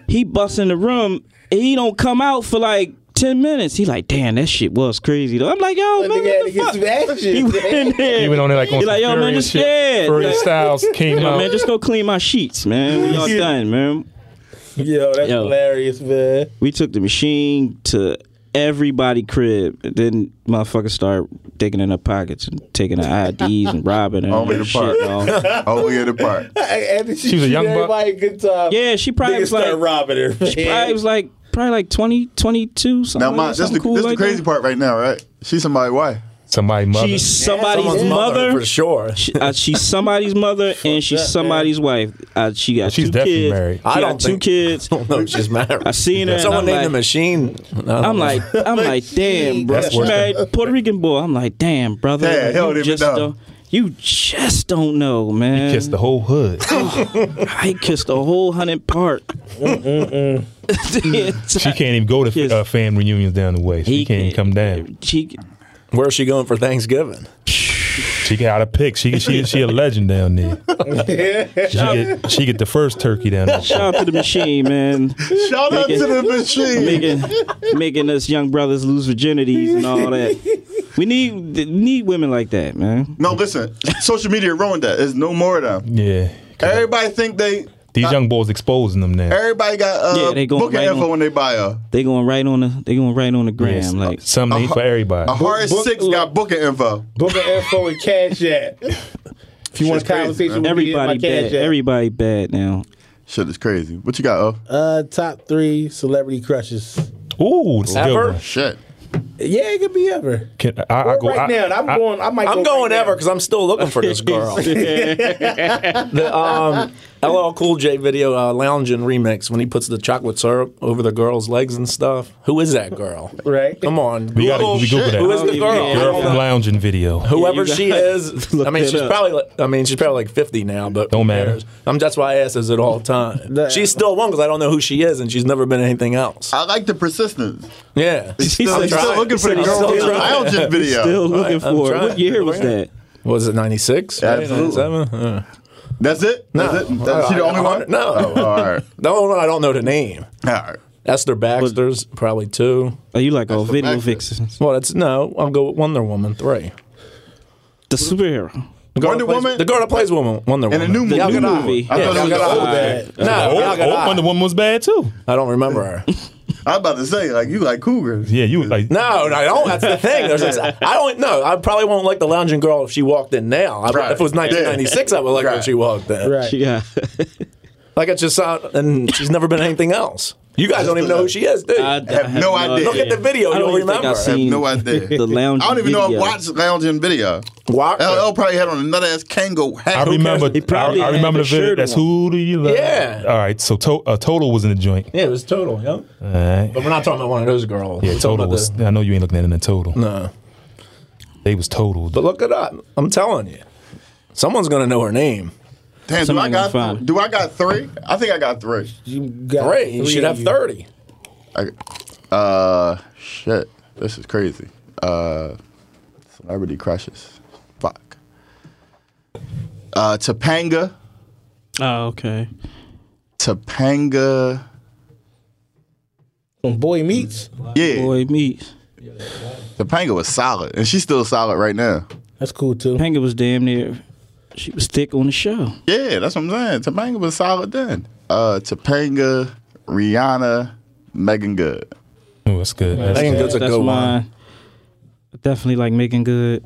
he busts in the room. and He don't come out for like ten minutes. He like, damn, that shit was crazy though. I'm like, yo, man,
That nigga had to
what
get
the
some
fuck? He
action.
went in there.
He went on there like on
He
some
like, yo, man,
Furious
just
shit.
yeah.
Furious
Like,
Styles came
Yo,
out.
man, just go clean my sheets, man. When y'all done, man.
Yo, that's
Yo.
hilarious, man.
We took the machine to everybody crib. And then motherfuckers start digging in their pockets and taking their IDs and robbing and all
Only
that
the
shit.
park.
dog.
oh, we at the park.
And she,
was a young buck.
everybody a good time.
Yeah, she probably
Niggas
was like,
started robbing her.
she probably was like, probably like 20, 22, something.
Now, my, that's the,
something cool
that's the
like
crazy
that.
part right now, right? She's somebody wife.
Somebody mother.
She's somebody's
Someone's
mother.
for sure.
She- uh, she's somebody's mother and she's
that,
somebody's wife. Uh, she got
She's
two
definitely
kids.
married.
She
I
got
don't
two
think-
kids.
I don't know if she's married.
I seen her. and
Someone
I'm
named
like,
the machine. I don't
I'm
know.
like, I'm like, damn, bro.
That's
She
worse
married Puerto Rican boy. I'm like, damn, brother.
Yeah,
like,
hell they
you
even
just
know.
don't, you just don't know, man.
kissed the whole hood.
Oh, I kissed the whole hundred part.
She can't even go to
Yes.
uh, fan reunions down the way. She
He
can't even come down.
She,
Where's she going for Thanksgiving?
She got a pick. She she she a legend down there. She get, she get the first turkey down there.
shout out to the machine, man.
Shout out
Making-
to the machine.
making making us young brothers lose virginities and all that. We need need women like that, man.
No, listen. Social media ruined that. There's no more of them.
Yeah. 'Cause
Everybody think they.
These young boys exposing them now.
Everybody got uh,
Yeah, they going
booking
right
info
on-
when they buy a.
They going right on the they going right on the gram.
Yes.
Like
Something ain't for everybody.
A hard
book-
six got booking info.
Book an info and cash app. If you want a
Shit's crazy,
conversation
man.
with me, hit my
everybody
cash
bad.
app.
Everybody bad now.
Shit is crazy. What you got? Oh
Uh, top three celebrity crushes.
Ooh, this is a good
Ever?
one.
shit.
Yeah, it could be ever.
Can, I, I
Or
go,
right
I,
now, and I'm
I-
going. I might.
I'm
go
going
right
ever
now.
because I'm still looking for this girl. the um, LL Cool J video, uh, Loungin' Remix, when he puts the chocolate syrup over the girl's legs and stuff. Who is that girl?
Right.
Come on.
we gotta
Google
we Google
shit.
that.
Who is the
Yeah.
girl?
Girl from Lounging video.
Yeah,
Whoever
you
she
gotta
is, I mean,
that
she's
up.
probably. Like, I mean, she's probably like 50 now, but
Don't
who
matter.
cares? Um, that's why I ask is it all time.
That-
she's still one because I don't know who she is and she's never been anything else.
I like the persistence.
Yeah.
She
I'm still
said-
trying.
looking for
He
the
said he's
girl
still
in the
trying.
lounging video.
Still looking
I'm
for it.
trying.
What year was that?
Was it 96?
Absolutely.
97? Uh.
That's it. That's it. That's, she the
I-
only
I-
one.
no.
Oh, all right.
No, no, I don't know the name.
All right.
Esther Baxter's probably two.
Are you like all
the
video
back there.
vixens?
Well, that's no. I'll go with Wonder Woman three.
The superhero.
The girl
Wonder
that plays,
Woman?
The girl that plays Woman Wonder
And
Woman.
a new movie.
The
Gal
new
Gadot.
movie.
I
Yeah,
thought it was
Gal
the
Gadot.
old bad.
No,
Oh,
Gal
oh, Wonder
Gadot.
Woman was bad too.
I don't remember her.
I was about to say, like, you like cougars.
Yeah, you like
No, no, I don't. That's the thing. There's this, I don't know. I probably won't like the lounging girl if she walked in now. I,
Right.
If it was 1996, I would like her if she walked in.
Right.
She got.
Like it just sound, and she's never been anything else. You guys don't even know who she is, do you?
I,
have no idea.
Look at the video.
I
You
don't
don't
even think
remember.
I
I have
seen-
no idea.
The lounge.
I don't even know if
video.
watch lounging video.
Why-
LL probably had on another ass Kango hat.
I remember.
He probably
I, I
had
remember
the
the video.
shirt
That's
on.
who do you love?
Yeah.
All right. So to, uh, total was in the joint.
Yeah, it was total. Yeah,
All right.
but we're not talking about one of those girls.
Yeah,
We're talking
total
about
was.
the-
I know you ain't looking at it in total.
No.
They was total.
But look it up. I'm telling you. Someone's going to know her name.
Damn, do I
Somebody
got
gonna find it.
do I got three? I think I got three.
You got
Great. You
three
should
of
have 30.
I, uh, shit, this is crazy. Uh, celebrity crushes. Fuck. Uh, Topanga,
Oh, okay.
Topanga.
Some boy meets.
Yeah,
Boy meets.
Topanga was solid, and she's still solid right now.
That's cool too.
Panga was damn near. She was thick on the show.
Yeah, that's what I'm saying. Topanga was solid then. Uh, Topanga, Rihanna, Megan Good.
Oh, that's good. That's
Megan
good.
Good's a
That's
good
why
one.
I definitely like making good.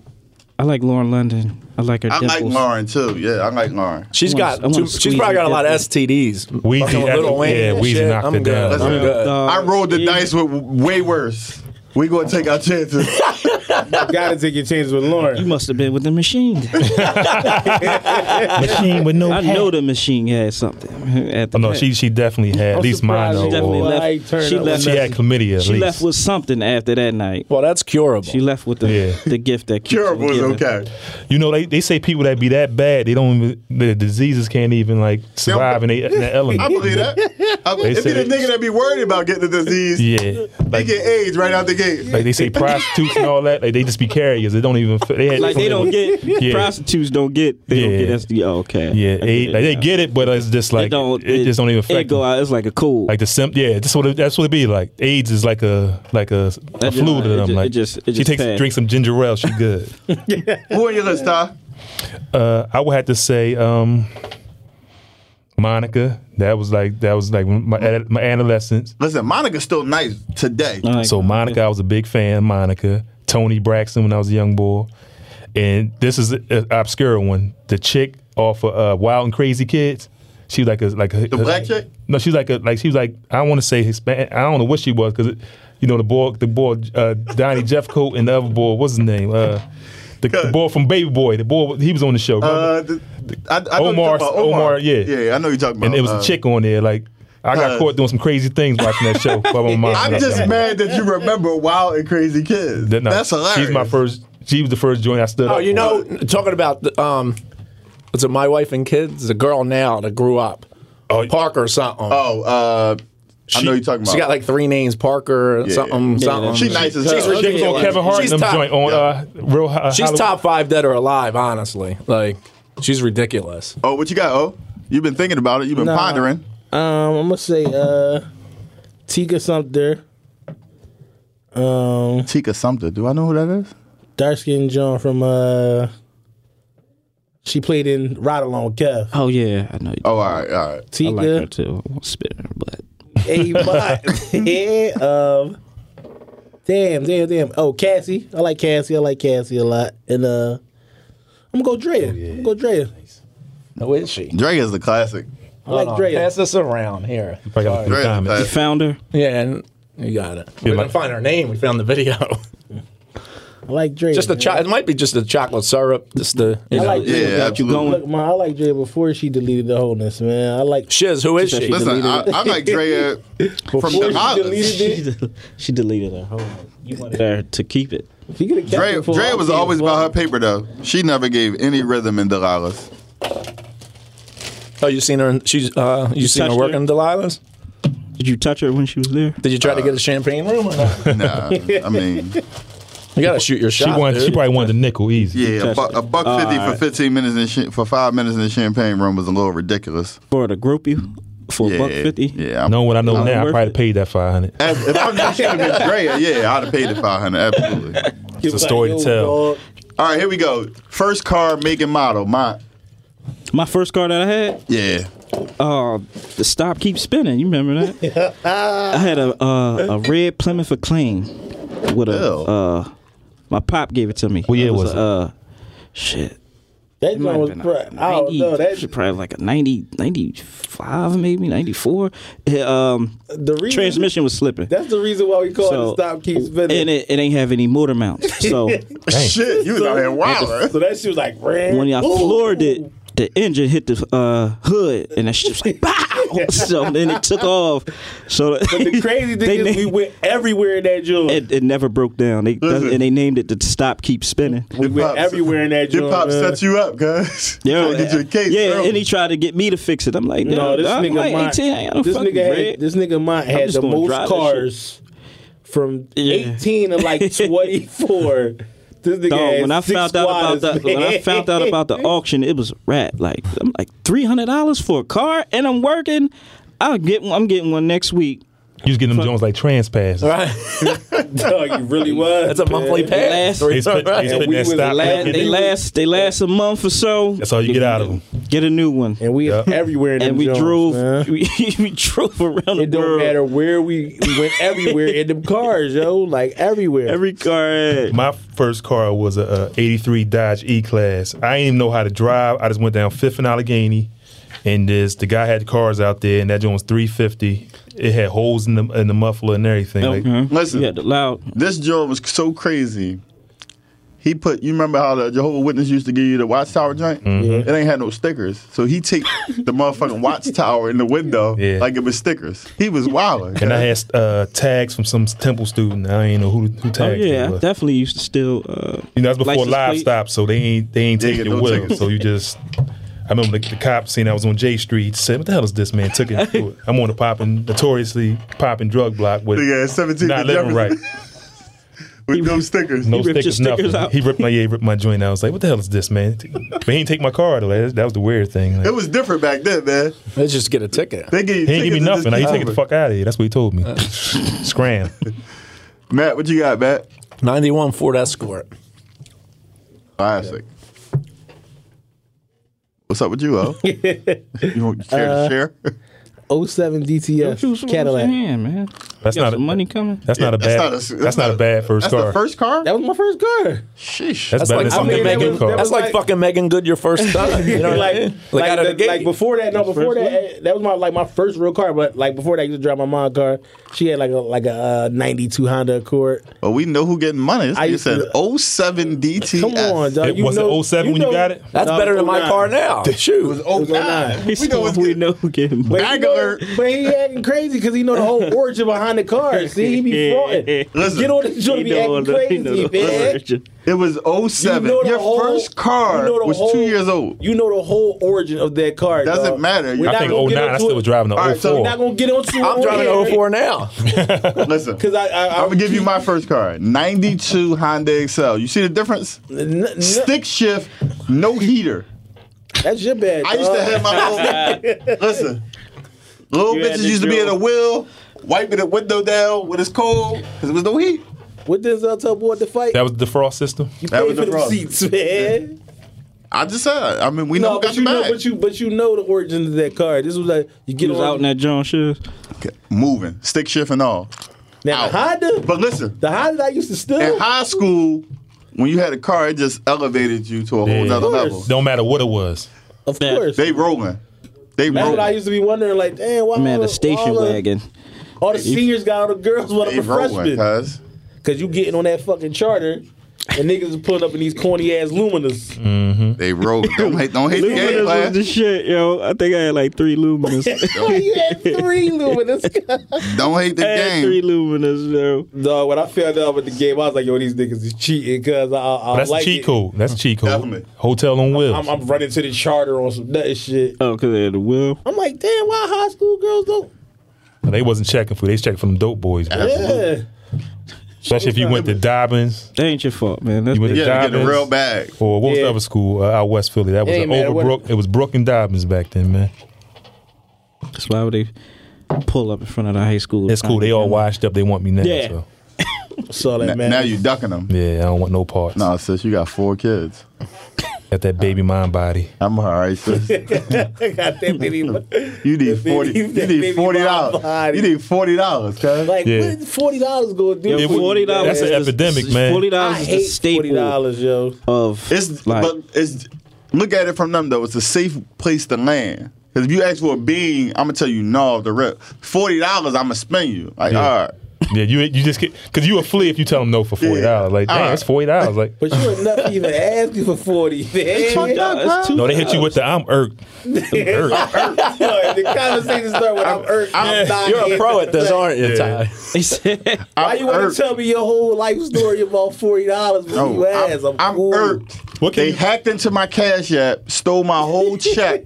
I like Lauren London. I like her
I
dimples.
like Lauren too. Yeah, I like Lauren.
She's
I wanna- I
got.
wanna
Two, she's
squeeze
probably got a
that
lot of STDs. Fucking with Lil Wayne
yeah,
and
Weezy
shit.
knocked
I'm
it
good.
down.
I'm
Yeah.
good.
Uh,
I rolled the
yeah.
dice with way worse. We gonna take our chances.
Gotta take your chances with
You
Lauren.
must have been with the machine.
Machine with no.
I know the machine had something at the.
Oh, no,
pad.
she she definitely had at least mine.
surprised
Or,
she
definitely
Well, I
left.
turned
She
up
left.
she had chlamydia. At
She
least.
left with something after that night.
Well, that's curable.
She left with the
Yeah.
the gift that keeps on
Curable is
giving.
okay.
You know, they, they say people that be that bad, they don't even, the diseases can't even like survive in, they, in that element.
I believe that. I,
They
it be the
said-
nigga that be worried about getting the disease.
Yeah,
They
like,
get AIDS right out the gate.
like they say prostitutes and all that, like they just be carriers. They don't even fit- they had
Like they don't get
Yeah.
prostitutes. Don't get they
Yeah.
don't get SD. Oh, okay.
yeah,
I
they,
it
like, they
now.
get it, but it's just
They
like
don't.
it, just don't even affect
It go
them.
out. It's like a cold.
like the sim. Yeah, that's what it, that's what it be like. AIDS is like a like a, a
It just-
flu to
it
them.
ju-
Like
it just- it
she
just
takes
passed.
drink some ginger ale, she good.
Who on your list, Ty?
uh, I would have to say um, Monica. That was like that was like my ad- my adolescence.
Listen, Monica's still nice today.
Like,
So Monica, I was a big fan. of Monica, Tony Braxton when I was a young boy, and this is an obscure one. The chick off of uh, Wild and Crazy Kids. She was like a like a,
The black chick?
No, she's like a like she was like I want to say Hispanic. I don't know what she was because you know the boy the boy uh, Donnie Jeffcoat and the other boy what's his name uh, the, the boy from Baby Boy the boy he was on the show.
Uh, the, I, I know
Omar-
you're talking about Omar.
Omar, yeah.
yeah, I know you're talking about.
and it was
uh,
a chick on there like. I got
uh,
caught doing some crazy things watching that show. by my mom.
I'm just mad that you remember Wild and Crazy Kids.
That- no,
That's hilarious.
She's my first. She was the first joint I stood up.
Oh, you know, talking about the, um, was it my wife and kids? The girl now that grew up,
Oh,
Parker or something.
Oh, uh, I know you're talking about.
She got like three names, Parker
Yeah.
something
Yeah,
something.
She nice as
She's
hell.
She was on
ridiculous.
Kevin Hart and
she's
them
top,
joint on uh, Real uh,
She's top five dead or alive. Honestly, like she's ridiculous.
oh, what you got? Oh, you've been thinking about it. You've been
Nah.
pondering.
Um, I'm gonna say uh, Tika Sumter, um,
Tika Sumter. Do I know who that is?
dark skinned John from uh, she played in Ride Along with Kev.
oh yeah, I know. You
Oh, all right, all right.
I like her
Tika,
too. I won't spit in her, but
a bot. yeah, um, damn, damn, damn. Oh, Cassie, I like Cassie. I like Cassie a lot. And uh, I'm gonna go Drea. I'm gonna go Drea.
Who is she?
Dre is the classic.
I like Drea.
Pass this around here.
I gotta
Dre is
put the
the
diamond.
you
classic.
found her.
Yeah, and you got it. we
like-
didn't find her name. We found the video.
I like Drea.
just the
man.
cho- It might be just the chocolate syrup. Just the you
I
know.
like Drea.
Yeah,
Got you
absolutely.
going.
Look, man, I like Drea before she deleted the wholeness, man. I like
Shiz, who is she?
Listen, I, I like Dre uh, from
before
the
she
islands.
deleted it.
She, del- she deleted her. Hold on. You wanted her to keep it.
She could have
Dre, Dre was always about her paper though. She never gave any rhythm in Delilah's.
Oh, you seen her? In, she's uh, you, seen her
touched
working
her?
in Delilah's?
Did you touch her when she was there?
Did you try to get a champagne room? Or not?
Nah, I mean,
you gotta shoot your shot.
She wanted.
dude.
She probably wanted a nickel easy.
yeah, a, bu- a buck fifty for fifteen minutes in sh- for five minutes in the champagne room was a little ridiculous.
For the group you for a
Yeah,
buck fifty.
Yeah, I'm,
Knowing what I know now, I
worth
probably
it.
paid that five hundred.
As- if I knew she would have been Dre, yeah, I'd have paid the five hundred absolutely.
It's
a story to tell.
All right, here we go. First car, make and model. My
My first car that I had,
yeah,
uh, the stop keep spinning. You remember that? I had a uh, a red Plymouth Acclaim with a
Ew.
uh, my pop gave it to me.
What year
It
was it?
a, Uh, shit.
That
Might
joint was.
have been
Pro-
a
I don't
90
know. That
should probably like a 90, 95 maybe ninety four. Um,
the reason,
transmission was slipping.
That's the reason why we call
So-
it the stop keep spinning.
and it, it ain't have any motor mounts. So
shit, you was out here wilding.
so that shit was like red.
when I floored it, the engine hit the uh, hood, and that shit was like, "Pow!" so then it took off. So
The crazy thing is,
named,
we went everywhere in that joint.
it, it never broke down. They
Listen.
and they named it the stop keep spinning.
we went everywhere in that
Your
joint.
pop
man.
set you up, guys.
uh, Yeah,
Trying to get your case
yeah,
through.
and he tried to get me to fix it. I'm like,
No, this
I'm
nigga
like
mine.
18, I ain't got no
this
fucking
nigga had,
bread.
this nigga mine had
just
the
gonna drive
most cars
this
from
Yeah.
eighteen to like twenty four. This nigga
Dog,
had
when I
six
found out about
squatters,
the when I
man.
found out about the auction, it was rat. Like I'm like three hundred dollars for a car, and I'm working. I'll get one- I'm getting one next week.
You just getting them Jones like trans passes.
Right.
Dog, you really was.
That's a monthly
man.
pass.
Last-
Three-
He's put- he's
And
putting
we
that
was
stop.
La-
Get
they
it.
last they last a month or so.
That's all you get out of them.
Get a new one.
And we everywhere in
And
them
we
Jones, man.
drove we, we drove around the
It don't
world.
matter where we, we went everywhere in them cars, yo. Like everywhere.
Every car had-
My first car was a, uh '83 Dodge E-Class. I didn't even know how to drive. I just went down Fifth and Allegheny, and this the guy had cars out there, and that joint was 350. It had holes in the in the muffler and everything. Like,
Mhm.
Listen.
You had the loud
This joint was so crazy. He put. You remember how the Jehovah Witness used to give you the watchtower joint?
Mm-hmm.
It ain't had no stickers, so he taped the motherfucking watchtower in the window
Yeah.
like it was stickers. He was wilding.
And I had uh, tags from some Temple student. I ain't know who who
Oh
tagged.
yeah,
me,
I
but-
definitely used to still uh
You know, that's before
license
live
plate.
stop, so they ain't they ain't
They
taking
get
it
no
with them.
tickets.
So you just, I remember the, the cop seen I was on J Street said, "What the hell is this man taking?" it for?" I'm on the popping notoriously popping drug block with
Yeah, seventeen.
not living
Jefferson
right,
with no stickers.
no
ripped your
stickers, nothing.
stickers out.
He ripped my yeah, he ripped my joint. out. I was like, "What the hell is this man?" But he didn't take my card. Like, that was the weird thing. Like,
It was different back then, man.
Let's just get a ticket.
They gave you
he didn't give me
tickets
nothing.
and
Like, he
just
take it the
keep
fuck out of here. That's what he told me.
Uh.
Scram.
it. Matt, what you got, Matt?
91 Ford Escort.
Classic. What's up with you, O? you want care to
Uh,
share?
07 DTS Cadillac.
Man, man.
That's
You got
not a-
some money coming.
That's not a
That's
bad.
not a-
That's not a,
that's not a-
bad first
That's
car.
the first car.
That was my first car.
Sheesh.
That's
That's
better
like
than some
I mean,
fucking
that
Megan
Megan.
was- that
car.
That's
was
like,
like-
fucking Megan Good your first time. You know what I
like,
mean?
like,
out of the
the-
gate.
like before that, no, before that, eh, that was my like my first real car. But like before that, I used to drive my mom's car. She had like a like a uh, '92 Honda Accord.
Well, we know who getting money. This
I
nigga
used
said
to-
07 DTS.
Come on, dog.
It was it 07 when you got it?
That's
No,
better than my
09.
car now. Shoot.
It was 09. Oh, We know it's
we
good.
know who getting
But
Bag
he know-
alert.
But he acting crazy because he know the whole origin behind the car. See, he be fronting.
Listen,
Get on this joint, be acting crazy, man.
It was 07.
You know the
Your
whole-
first car
you know the
was
whole-
two years old.
You know the whole origin of that car.
Doesn't
dog.
matter.
We're
I
I
not
think
gonna
09,
get
I
onto
still
it.
was driving
All
the
right, so
04.
We're not gonna get onto. it
I'm
on
driving
here,
an 04 now.
Listen,
Cause I, I, I
I'm going to give you my first car 92 Honda XL. You see the difference?
N- n-
Stick shift, no heater.
that's your bad.
I used to
dog.
have my little. listen, little
You had
bitches
to
used to be in
drill.
a wheel, wiping the window down when it's cold because it was no heat.
What Denzel tell boy to fight?
That was the defrost system.
you
that
paid
was
for
the
them
problem.
seats, man.
I just said, I mean, we know
No,
who got
but
the
you know,
bag.
but you, but you know the origin of that car. This was like you
He
get
was
on-
out in that John shoes.
Okay, Moving, stick shift and all.
now
out.
the Honda.
But listen,
the Honda I used to steal.
in high school, when you had a car, it just elevated you to a whole
Yeah.
nother
Of
level.
Don't matter what it was.
of
that-
course.
They rolling. They
That's what I
rolling.
used to be wondering, like, damn, why
Man,
all
the
all
station
the,
wagon.
All the seniors got all the girls want
They
a
rolling,
freshman
cuz.
because you getting on that fucking charter and niggas is pulling up in these corny ass luminas.
They rolling. Don't hate, don't hate the game,
Luminous was the
class.
shit, yo. I think I had like three luminous. I
Mm.
Why you had three luminas.
Don't hate the
had three
game.
luminous, yo.
Dog, when I found out about the game, I was like, yo, these niggas is cheating because I, I, I
That's
like
cheat
it.
code. That's cheat code.
Definitely.
Hotel on wheels.
I'm, I'm running to the charter on some nothing shit.
Oh, because they had the wheel.
I'm like, damn, why high school girls don't?
they wasn't checking for. you. They was checking for them dope boys. bro.
Yeah.
Especially if you went to Dobbins
That ain't your fault, man. That's
You would've
the-
Yeah, they get a
Diamonds.
real bag.
or what was
Yeah.
the other school uh, out West Philly? That was
Hey,
an
man, what-
Overbrook. It was Brook and Dobbins back then, man.
That's why would they pull up in front of the high school.
It's cool. They all washed up. They want me now.
Yeah.
So.
Saw that,
N-
man.
Now you ducking them.
Yeah, I don't want no parts.
No, sis, you got four kids.
Got that baby mind body.
I'm all right, sis.
got that baby.
You need
That
forty.
baby-
you
that
need
baby
forty
mama
dollars.
body.
You need forty dollars, cuz.
Like,
Yeah.
what is forty dollars gonna do?
Yo,
for you,
forty dollars.
That's
man?
an epidemic, man.
Forty dollars
I
is the
hate forty
staple
dollars, yo.
of
It's
like
but it's look at it from them though. It's a safe place to land. Cause if you ask for a bean, I'm gonna tell you no off the rip. Forty dollars, I'm gonna spend you. Like
Yeah.
all right.
Yeah, you you just get because you a flea if you tell them no for forty dollars. Like, damn,
Alright.
it's forty dollars. Like,
But you would never even ask you for forty. man.
fucked up,
Uh, it's
bro.
two
no, they hit you with the I'm irked. I'm irked.
Yo, the conversation start with I'm irked. I'm dying.
You're a pro at this, aren't you,
Yeah.
Ty?
They said-
Why you want
irked.
to tell me your whole life story about forty dollars before
No,
you ask?
I'm, I'm
cool.
irked.
What can
they
you-
hacked into my cash app, stole my whole check,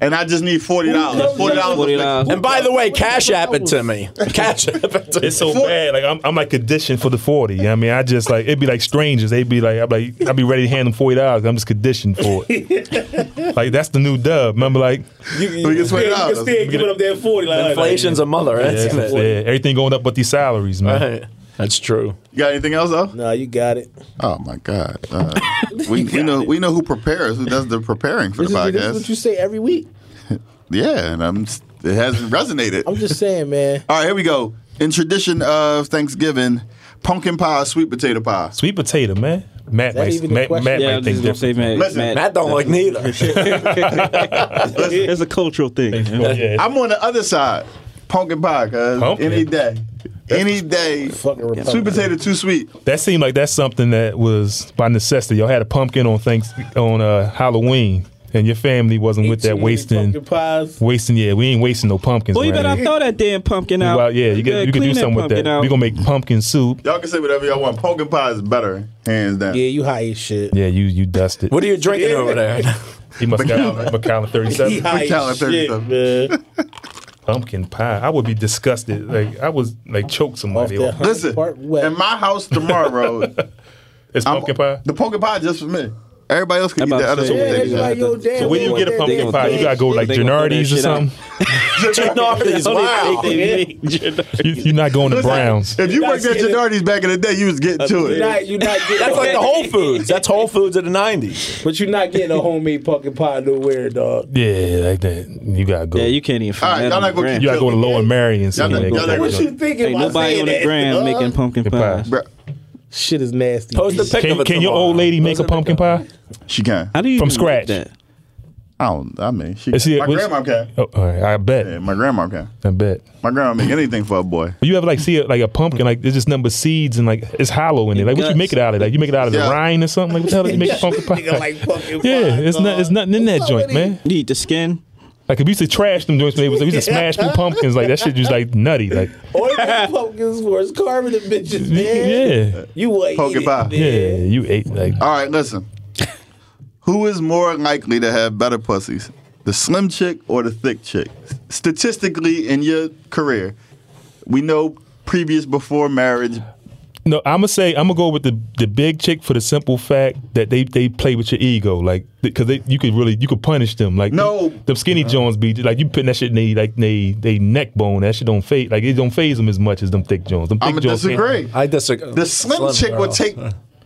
and I just need forty dollars. Forty dollars.
$40.
And by the way, cash app it to me. Cash app it to me.
It's so bad. Like I'm, I'm like conditioned for the forty. I mean, I just like it'd be like strangers. They'd be like, I'd be, like, I'd be ready to hand them forty dollars. I'm just conditioned for it. like that's the new dub. Remember, like
You, you,
We
you,
can sweat it
still-
out.
you can still give it up there 40. Like,
Inflation's a mother,
yeah,
isn't it?
everything going up but these salaries, man.
Right. That's true.
You got anything else though?
Nah, you got it.
Oh my God. Uh, we we know we know who prepares, who does the preparing for
This
the
is, this is
podcast.
what you say every week.
yeah, and I'm s- it hasn't resonated.
I'm just saying, man.
All right, here we go. In tradition of Thanksgiving, pumpkin pie, sweet potato pie.
Sweet potato, man. Matt
that
might,
even a
Matt,
question?
Matt
Yeah, I
might
was just
think
gonna say,
different.
man.
Listen,
man,
Matt don't like neither.
it's a cultural thing.
Yeah,
I'm on the other side. Pumpkin pie, cuz
Pumpkin?
any day. Any day.
Fucking Republican.
Sweet potato too sweet.
that seemed like that's something that was by necessity. Y'all had a pumpkin on thanks on uh, Halloween, and your family wasn't with that
Too many
wasting,
pumpkin pies.
wasting. Yeah, we ain't wasting no pumpkins.
Well, you
around
better
here.
throw that damn pumpkin out.
Well, yeah, you, get,
better
you can do
clean
something with that.
pumpkin out.
We're gonna make pumpkin soup.
Y'all can say whatever y'all want. Pumpkin pie is better, hands down.
Yeah, you high as shit.
Yeah, you you dust it.
What are you drinking over there?
He must got McAllen thirty
He
seven
high
Macallan
as shit,
37.
man.
pumpkin pie. I would be disgusted. Like I was like choke
Off
somebody.
that
Off.
Listen,
part wet.
in my house tomorrow,
It's
I'm-
pumpkin pie.
the pumpkin pie just for me. Everybody else can
I'm
eat
about
the
to
other
say,
sweet
yeah,
potato.
that's
pie.
like-
Everybody go down
So
Where do you
on
get a
that
pumpkin
damn
pie? You gotta go like
They gonna throw that
Gennardi's or
shit out.
something.
Gennardi's, wow.
You, you're not going to Browns.
If you worked at
That's it.
Giardi's back in the day, you was getting to
You're
it.
not, you're not getting
That's like the Whole Foods. That's Whole Foods of the 90s.
But you're not getting a homemade pumpkin pie nowhere, dog.
Yeah, like that. You gotta go.
Yeah, you can't even
All right,
find that
y'all
on
not
the
gonna
gram.
You gotta go to Lower Marion. and see
Y'all
what
not-
they
y'all not
got.
What
gonna-
you thinking
Ain't
about
nobody on
saying
the
that?
gram making pumpkin
Pumpkin
pie.
pie.
Bruh,
Shit is nasty.
Post a pic of
Can,
it
can your
tomorrow.
old lady make
Post
a pumpkin pie?
she can.
How do you
From
even
scratch.
make that?
I don't. I mean, she.
Is he-
my
was-
grandma can.
Oh, all right, I
Yeah,
bet.
my grandma can.
I bet.
My grandma make anything for a boy.
You ever like see it like a pumpkin, like there's just number seeds and like it's hollow in it. Like what you
Guts.
make it out of? Like you make it out of
Yeah.
the rind or something? Like what the hell did you make a pumpkin pie?
Nigga like pumpkin pie.
yeah, it's
dog.
not it's nothing in that joint, man.
You eat the skin.
Like if we used to trash them joints when they was we used to smash through pumpkins, like that shit was like nutty. Like
All you get pumpkins for is carving the bitches, man.
yeah.
You will
Pumpkin
eat
pie.
It,
Yeah,
man.
you ate like
All right, listen. Who is more likely to have better pussies, the slim chick or the thick chick? Statistically, in your career, we know previous before marriage.
No, I'm gonna say I'm gonna go with the the big chick for the simple fact that they they play with your ego, like because you could really you could punish them, like
No.
them, skinny Jones be like you putting that shit in they like they they neck bone that shit don't fade like it don't phase them as much as them thick Jones. Them thick
I'm gonna
Jones can't-
disagree.
I disagree.
The slim, chick
girl.
would take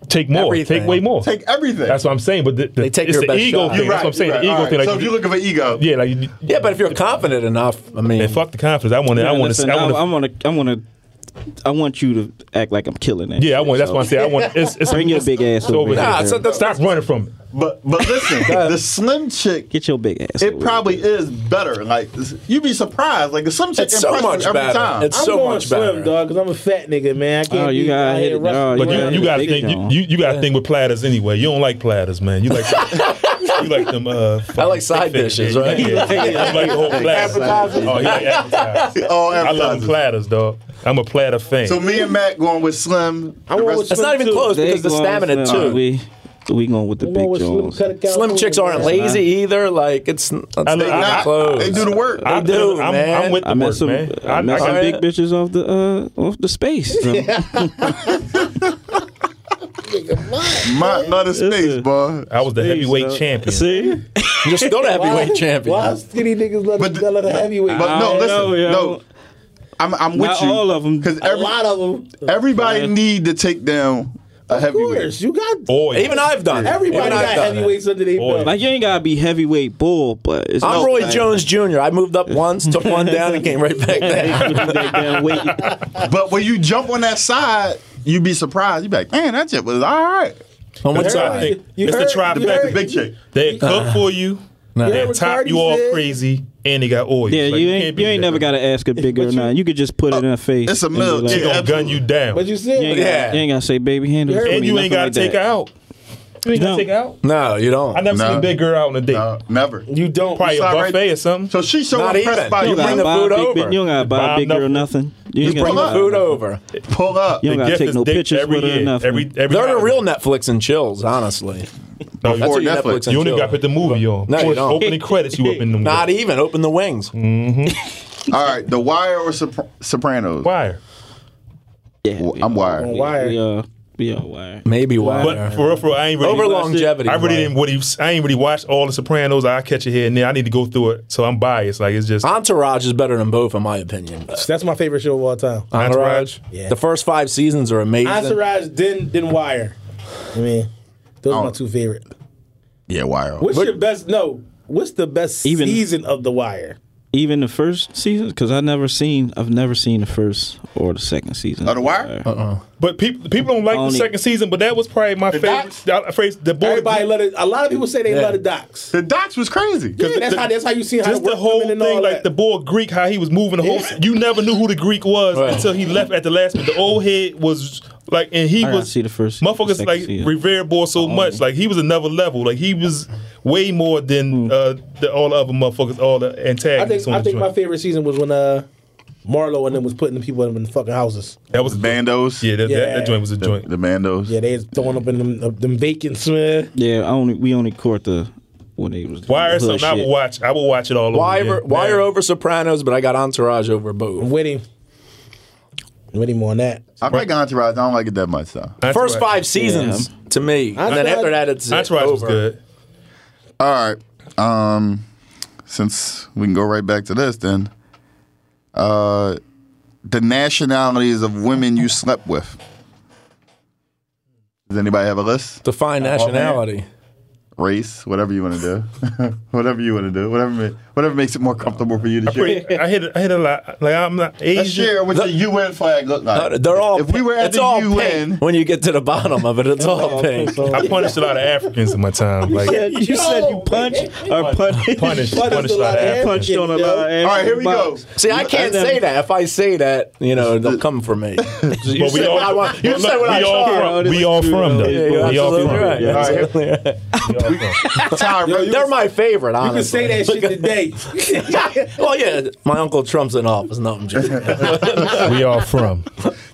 take more,
Everything.
take way more.
take everything.
That's what I'm saying, but the, the,
They take
it's
your
the
best
ego
shot.
thing.
You're
That's
right,
what I'm saying.
you're right.
The ego
All right,
thing, like
so if you're looking for ego,
yeah, like you-
Yeah, but if you're confident enough, I mean,
and fuck the confidence. I want to, I want
Listen,
to, I want to
I want to. I want to. I want you to act like I'm killing that.
Yeah, I
shit,
want. That's
so.
why I say I want. It's, it's
Bring your big ass
it's
over here.
Nah,
here.
so that's-
Stop running from it.
but but listen, the slim chick.
Get your big ass. over
It
here.
probably is better. Like you'd be surprised. Like the slim chick
It's so
impresses
much
every
better.
time.
It's-
I'm
So
going
much better.
slim, dog, because I'm a fat nigga, man. I can't
Oh, you
be
gotta
out
hit
here
it. Oh,
rushing
But
Yeah,
you,
around.
you
the
gotta
big
think you,
John.
you, you gotta think with platters anyway. You don't like platters, man. You like you like them. Uh,
I like side dishes, right?
Yeah, yeah, yeah. You like the whole platter. Oh, he like appetizers.
all
I love them
appetizers.
platters, dog. I'm a platter fan.
So me and Matt going with slim.
I went with
That's not even close
They
because the
going
stamina
slim.
too.
We we going with the
I'm going
big
with slim,
Jones.
cut it down
Slim
cool,
chicks aren't
man.
lazy either. Like it's, it's not
look,
even
I- I-
close.
They do the work.
I
do,
I'm,
man.
I'm with the
I met
work,
some.
man.
I met some
I-
big bitches off the uh off the space.
My not a space, boy.
I was the heavyweight
So-
champion.
See,
You're still the heavyweight champion.
Why skinny niggas love
But
but
the-
the, heavyweight?
But
I
no,
don't
listen,
know, yo.
no. I'm I'm with
Not
you.
all of 'em.
because
a lot of them.
everybody need to take down a
Of
heavyweight.
course, you got
Boy,
Even I've done. it.
everybody
Even
got
I've done it.
heavyweights under their
Boy.
belt.
like you ain't gotta be heavyweight bull, but it's
I'm
no,
Roy
like,
Jones Jr. I moved up once, took one down, and came right back down.
that damn weight.
But when you jump on that side, you be surprised. You be like, man, that shit was all right.
On which
That's what I
side?
think.
You
It's
heard-
the tribe
you
effect.
heard-
Big chick.
They cook for you.
You
They
heard
what
top
Cardi
you all
said?
crazy, and they got oil.
Yeah,
Like,
you
can't
ain't
be
you ain't
that.
never got to ask a bigger or not. You could just put it in her face.
It's a
and be
milk.
like,
They
Yeah.
gonna gun you down,
But you said,
you ain't
Yeah.
gotta- you ain't gotta say baby handle.
You
it for
and
me,
you
nothing
ain't gotta
like
take
that.
her out. You ain't
No.
gotta take her out.
No, you
I
don't.
never
No.
seen a big girl out on a date.
No, never.
you don't.
Probably a
saw right-
buffet or something.
So she's so
Not
impressed
even.
by
You
you.
You
bring
don't
the
gotta buy a
food
big
over.
bitch- You don't gotta buy
Buy
a big
nothing.
girl nothing. You ain't
Just
gotta
bring
buy-
the
Food over.
Pull up.
You don't
The
gotta
gift
take
is
no
big
pictures
every
with her
year.
or nothing.
Every every
They're the
holiday.
real Netflix and chills, honestly.
No,
That's
Or
what your
Netflix.
Netflix. and
you only
chill.
got to put the movie on.
No, you
Before
don't.
Opening credits, you up in them.
Not even open the wings.
Mm.
All right, The Wire or Sopra- Sopranos?
wire.
Yeah,
Well, I'm wired.
Why?
we are we are wired.
Maybe why?
But for real, for real, I ain't really
Over
watched it.
longevity,
I really
wire.
didn't. What he, I ain't really watched all the Sopranos. I catch it here and there. I need to go through it, so I'm biased. Like it's just
Entourage is better than both, in my opinion.
That's my favorite show of all time.
Entourage.
Yeah.
The first five seasons are amazing.
Entourage, then then Wire. I mean, those are my two favorite.
Yeah, Wire.
What's your best? No, what's the best
Even-
season of The Wire?
Even the first season, because I never seen, I've never seen the first or the second season.
Of Oh, The Wire?
But people people don't like
Only-
the second season. But that was probably my favorite.
docs?
that- phrase. The boy.
Everybody let it. A lot of people say they
Yeah.
love the docs.
The Docs was crazy.
Yeah, that's how that's how you see how
just
to work
the whole
women
thing,
and all
like the
that.
boy Greek, how he was moving the whole.
Yeah.
You never knew who the Greek was
Right.
until he left at the last. minute. The old head was like, and he
I gotta
was
see the first-
motherfuckers
second
like
season. Uh-huh.
revered boy so much. Like he was another level. Like he was way more
Hmm.
than uh, the, all the other motherfuckers, all the
I
antagonists
think
on
I
the
think
joint.
my favorite season was when uh Marlo and them was putting the people in the fucking houses.
that was
The Bandos.
Yeah, that, That,
Yeah.
that joint was a joint.
The Bandos.
Yeah, they was throwing up in them, up them vacants, man.
Yeah, I only we only caught the when they was
Wire
hood
is something I
shit.
would watch. I would watch it all
Wire,
over. again.
Wire
Yeah.
over Sopranos, but I got Entourage over both.
With him, with him on that.
I like Entourage. I don't like it that much, though.
Entourage-
First five seasons to me, and
Entourage-
then after that, it's
Entourage
over.
was good.
All right. Um, since we can go right back to this, then. Uh, the nationalities of women you slept with. Does anybody have a list?
Define nationality.
Race, whatever you want to do, whatever you want to do, whatever ma- whatever makes it more comfortable for you to share.
Pretty- I hit. I hit a lot. Like I'm not
Let's
Asian.
share what the, UN flag look
Uh,
like.
They're all.
If we were at
it's
the
all
UN,
pink. when you get to the bottom of it, it's all pink.
So,
I punished a lot of Africans in my time. Like
Yeah, you said you punched or punched,
punished,
Punished
punished
a
a lot
lot of
of Africans.
punched on a lot.
all right, here we go.
See, I can't say that. If I say that, you know, they'll come for me. You
But we
said
all,
what I want. You
but
said
look,
what
we
I
all
saw.
from, we all from though.
Yeah, you're
we all
absolutely
from.
right. You're
We all
right.
absolutely right.
from.
Tyra,
They're my favorite,
you can
honestly.
say that shit today.
well, yeah, my uncle Trump's in office. No, I'm joking.
We all from.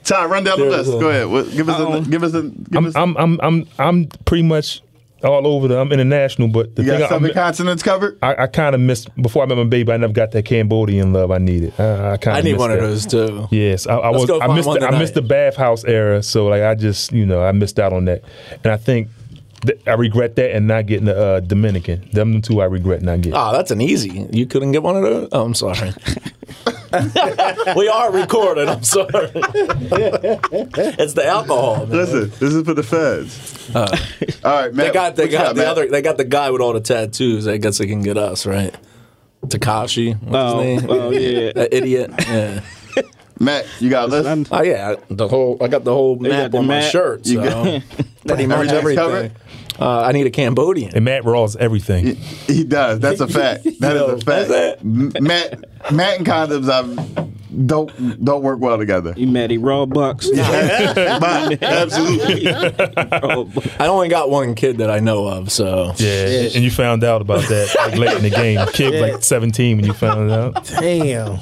Ty, run down the list. Go ahead. What, give us a, give us a, give us.
I'm, I'm, I'm, I'm, I'm pretty much all over the. I'm international, but the
you
thing
got
I,
seven
I'm-
continents covered.
I, I kind of missed before I met my baby. I never got that Cambodian love I needed. I, I kind
I
of
need one
that.
of those too.
Yes, I, I
Let's
was.
go
I
find
missed.
one
The, I
tonight.
missed the bathhouse era, so like I just, you know, I missed out on that, and I think that I regret that and not getting the uh, Dominican. Them two, I regret not getting.
Oh, that's an easy. You couldn't get one of those? Oh, I'm sorry. we are recorded. I'm sorry. it's the alcohol. Man.
Listen, this is for the feds. all right, man.
Uh, They got they got the other they got the guy with all the tattoos. I guess they can get us, right? Takashi, what's
Oh,
his name?
oh, yeah.
that idiot. Yeah.
Matt, you got a list.
Oh yeah, the whole I got the whole map
got the
on my
map.
shirt. So
You got-
pretty much
Everything's
everything. Uh, I need a Cambodian.
and Matt Rawls everything.
He does. That's a fact. That is a fact.
that's
M- Matt, Matt and condoms, I don't don't work well together.
You mad at raw bucks?
But absolutely,
I only got one kid that I know of, so
Yeah, and you found out about that like, late in the game. The kid was like 17 when you found out.
Damn.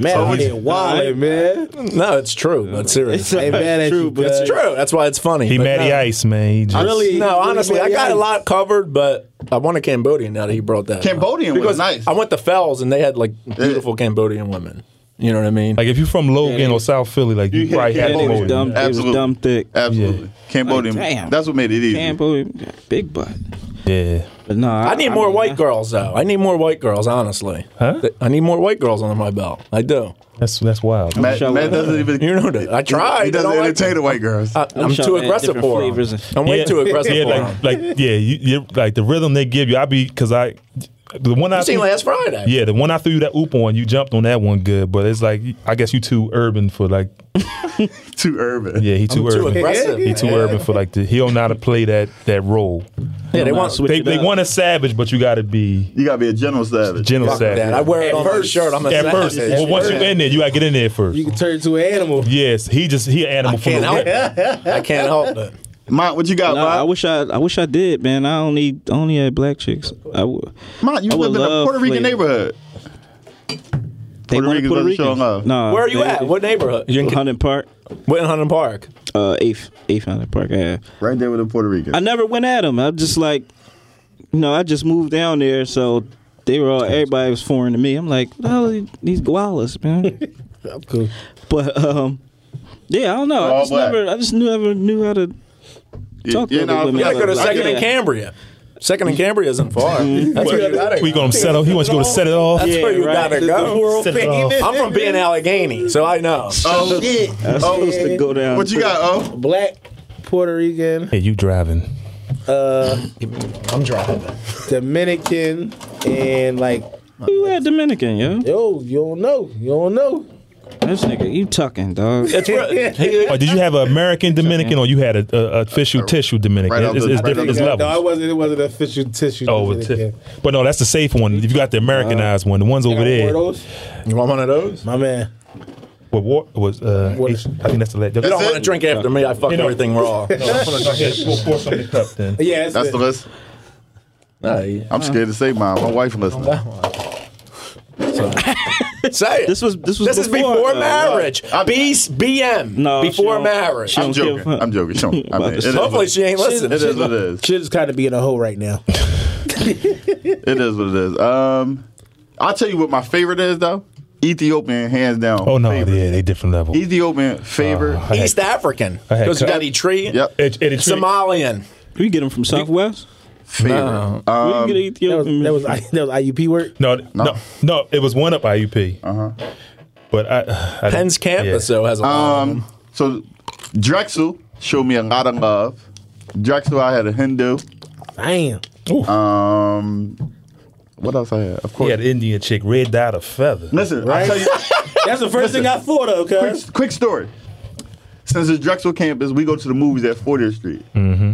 Man, I did wild, man.
no, it's true. But seriously,
Hey, man, that's you,
it's
cuz.
true. That's why it's funny.
He
but
Matty
no.
Ice, man. He just,
Really?
No,
Really
honestly, I
Matty
got a
Ice.
lot covered, but I want a Cambodian now that he brought that. up.
Cambodian was nice.
I went to Fells and they had like beautiful Cambodian women. You know what I mean?
Like if you're from Logan or South Philly, like you,
You
probably
hit
had
And it
more.
was dumb. It was
Absolutely.
dumb thick.
absolutely. Cambodian.
Oh,
Like, damn.
That's what made it easy.
Cambodian, big butt.
Yeah.
But no,
I need more white girls though. I need more white girls, honestly.
Huh?
I need more white girls under my belt. I do.
That's that's wild.
Matt,
Shall
Matt
we-
doesn't even.
You know that. I tried.
He doesn't
I don't like Uh,
entertain the white girls.
I, I'm
sure
too
they had
aggressive
different
for 'em.
flavors and-
I'm way
Yeah,
too aggressive
yeah,
for
like,
'em.
Like yeah, you, you like the rhythm they give you. I be because I the one I
you seen
threw-
last Friday.
yeah the one I threw you that oop on. You jumped on that one good, but it's like I guess you too urban for like
too urban.
yeah he too
Too
urban.
aggressive.
he too urban for like the, he don't know how to play that that role.
Yeah, they want
Switch
They
it
they
up.
want a savage, but you got to be
You gotta be a general savage.
gentle
fuck
savage.
that. I wear it on my shirt. I'm a
At first,
savage.
well, once you in there, you gotta get in there first.
You can turn to an animal.
Yes, he just he an animal from
can't
the
help it. I can't help it.
Mont, what you got,
No, I
Mont?
wish I, I wish I did, man. I only, I only had black chicks. I, w-
Mont, you
I would
live in a
love
Puerto Rican
flavor.
neighborhood.
they
Puerto Ricans
wanted Puerto
wasn't
Ricans.
showing love.
Nah,
Where are you
they-
at? What neighborhood? You in
Hunting Park.
Winhunting Park.
uh, eighth, eighth hundred Park. Yeah.
Right there with the Puerto Rican.
I never went at them. I'm just like, you know, I just moved down there, so they were all. Everybody was foreign to me. I'm like, what the hell are these gualas, man.
I'm cool.
but um, yeah, I don't know. I
All
just
black.
never, I just knew, never knew how to. Talk
yeah,
to
nah,
the women.
I
You gotta go to
get
Second
it.
and Cambria. Second and Cambria isn't far. That's where you gotta
We
go.
gonna set off. He wants you to go to set it off.
That's
Yeah,
where you
right.
gotta go.
Set it off.
I'm from being Allegheny, so I know.
Oh,
I was supposed to go down.
what you got? Oh,
Black, Puerto Rican,
Hey, you driving?
I'm driving.
Dominican, and like
You had Dominican, yo.
yo, you don't know, you don't know.
This nigga, you tucking, dog.
It's re-
Or did you have an American Dominican, or you had a, a, a official tissue Dominican?
Right
It's-
off
it's,
the-
it's
right
different.
off
It's
the-
levels.
No, it wasn't. It wasn't official tissue.
Oh, with
Dominican.
tip. but no, that's the safe one. If you got the Americanized one, the ones over there.
Got Gordos?
you want one of those?
My man.
What war was? Uh,
What-
H- I think that's the last.
You don't
it?
want to drink after me. I fuck
know-
everything raw.
pour some in the cup then.
Yeah, that's,
that's
it.
the list.
Nah, yeah.
I'm scared to say mine. My wife listening.
Say it.
This was this was
This is before
uh,
marriage.
I'm-
B- BM.
No, she
before
don't-
marriage.
she
I'm
don't give
joking.
a fuck.
I'm joking. Sean. I mean, it is
Hopefully
what-
she ain't
It
listening.
is what it is.
Shit's kind of being a hoe right now.
It is what it is. Um, I'll tell you what my favorite is though. Ethiopian, hands down.
Oh no,
favorite.
yeah, they different level.
Ethiopian favorite.
Uh, I
East African.
I had
Because you
cut-
got Eritrean.
Yep.
It, it, it,
Somalian.
We get them from Southwest.
favorite.
We
Um,
get
That was
Ethiopian.
that was, that was IUP work.
no, no, no, It was one up IUP. Uh huh. But I, I
Penn's campus, though, has a lot of
um, so Drexel showed me a lot of love. Drexel, I had a Hindu.
Damn.
Um, what else I had? Of
He
course.
had an Indian chick, red dot of feather.
Listen, I'll tell you.
That's the first thing I thought of, cuz.
quick, quick story. Since it's Drexel campus, we go to the movies at 40th Street. Mm-hmm.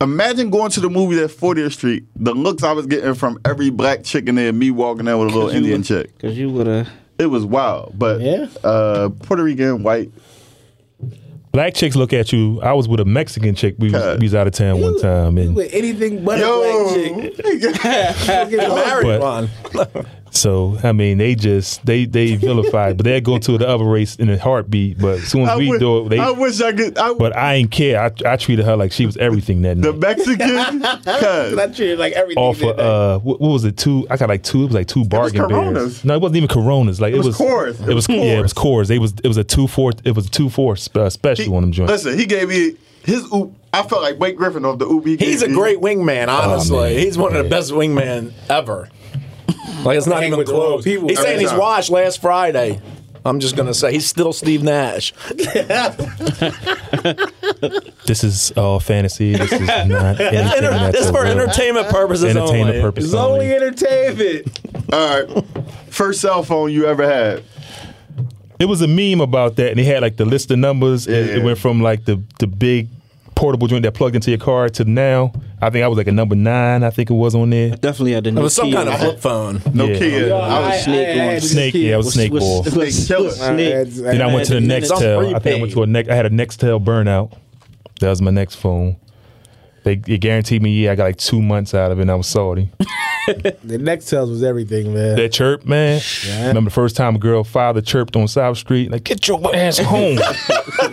Imagine going to the movies at 40th Street. The looks I was getting from every black chick in there, me walking there with a little Indian chick.
Cause you would have.
It was wild. But
Yeah.
uh, Puerto Rican, white,
Black chicks look at you. I was with a Mexican chick. We was,
God.
we was out of town one time, and
With anything but
Yo.
a black chick. Get
them.
married.
Married
but-
one.
so I mean, they just they they vilified, but they go to the other race in a heartbeat. But as soon as
I,
we
wi-
do it, they.
I wish I could. I,
but I ain't care. I, I treated her like she was everything that
the
night.
Mexican,
I
cuz.
treated like everything.
Off
that
of
night.
uh, what, what was it? Two? I got like two. It was like two bargain
Coronas.
beers. No, it wasn't even Coronas. Like it,
was Coors.
It was yeah, it was Coors. They was it was a two four. It was a two four uh, special on them joints.
Listen, he gave me his oop. I felt like Blake Griffin off the oop. he
He's Oh,
gave
a
me.
great wingman, honestly.
man.
He's one of the best wingmen ever. Like, it's not
Hang
even
with the wrong
close.
people
He's
every
saying he's
time.
washed last Friday. I'm just going to say he's still Steve Nash.
This is all fantasy. This is not anything.
Enter-
that's
This is for
real.
entertainment purposes
Entertainment
only.
purposes
It's only
only.
entertainment.
All right. First cell phone you ever had.
It was a meme about that, and they had like the list of numbers. and
Yeah.
It went from like the the big portable joint that plugged into your car to now. I think I was like a number nine. I think it was on there.
Definitely had the
It
new
was some
key.
kind of flip phone.
No
Yeah.
kid. I was
snake on
this
Snake,
kid.
yeah, it was snake
What's-
ball.
what's-
Snake
what's-
killer.
what's
I had-
Snake.
I
Then I went to the
And
next
it's
tail. I think I went to a next. I had a next tail burnout. That was my next phone. They it guaranteed me. Yeah, I got like two months out of it. and I was salty.
The next tells was everything, man.
That chirp, man. Remember the first time a girl father chirped on South Street, like get your ass home.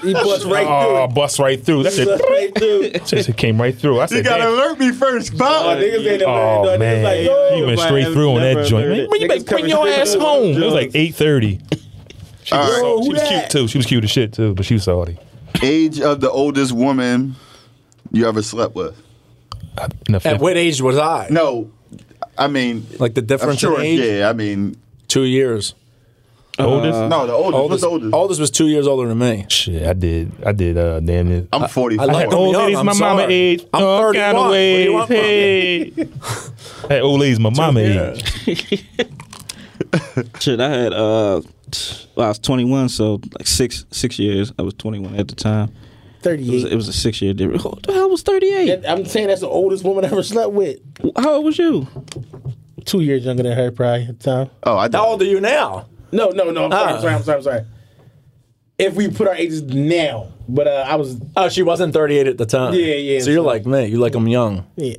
He bust right
oh, bust right through. That's
through.
it.
Bust right through.
Just, it came right through. I
You
said,
gotta
"Damn."
alert me first, Bob.
Oh, niggas ain't
oh,
never
man,
man. Like, yo,
he went straight through on that joint. Man,
Niggas
you better bring
coming
your
straight
ass
through.
home. It was like eight thirty. She,
All
was,
right.
so- she was
Who
cute
that?
too. She was cute as shit too, but she was salty.
Age of the oldest woman you ever slept with.
And the-
At what age was I?
No, I mean,
Like the
I'm
difference
sure.
in age?
Yeah, I mean,
Two years.
oldest.
no, the oldest. What's
Oldest,
the
Mm-hmm.
oldest?
oldest was two years older than me.
Shit, I did. I did. Uh, damn it.
I'm 44.
I like
had
Oh,
old
young,
ladies
I'm
my mama
sorry.
age.
I'm
all
31.
kind of
What do you
ways.
want from me?
Hey. I had old ladies my mama age.
Shit, I had uh, t- well, I was 21, so like six six years. I was 21 at the time. It was,
38.
it was a six year difference. Oh, the hell was 38?
That- I'm saying that's the oldest woman I ever slept with.
How old was you?
Two years younger than her, probably at the time.
oh, I
How old are you now?
No, no, no. I'm sorry.
Ah.
I'm sorry. I'm sorry. I'm sorry. if we put our ages now. But uh, I was
Oh, she wasn't 38 at the time.
Yeah, yeah,
So you're
so-
like me. You like them young.
yeah.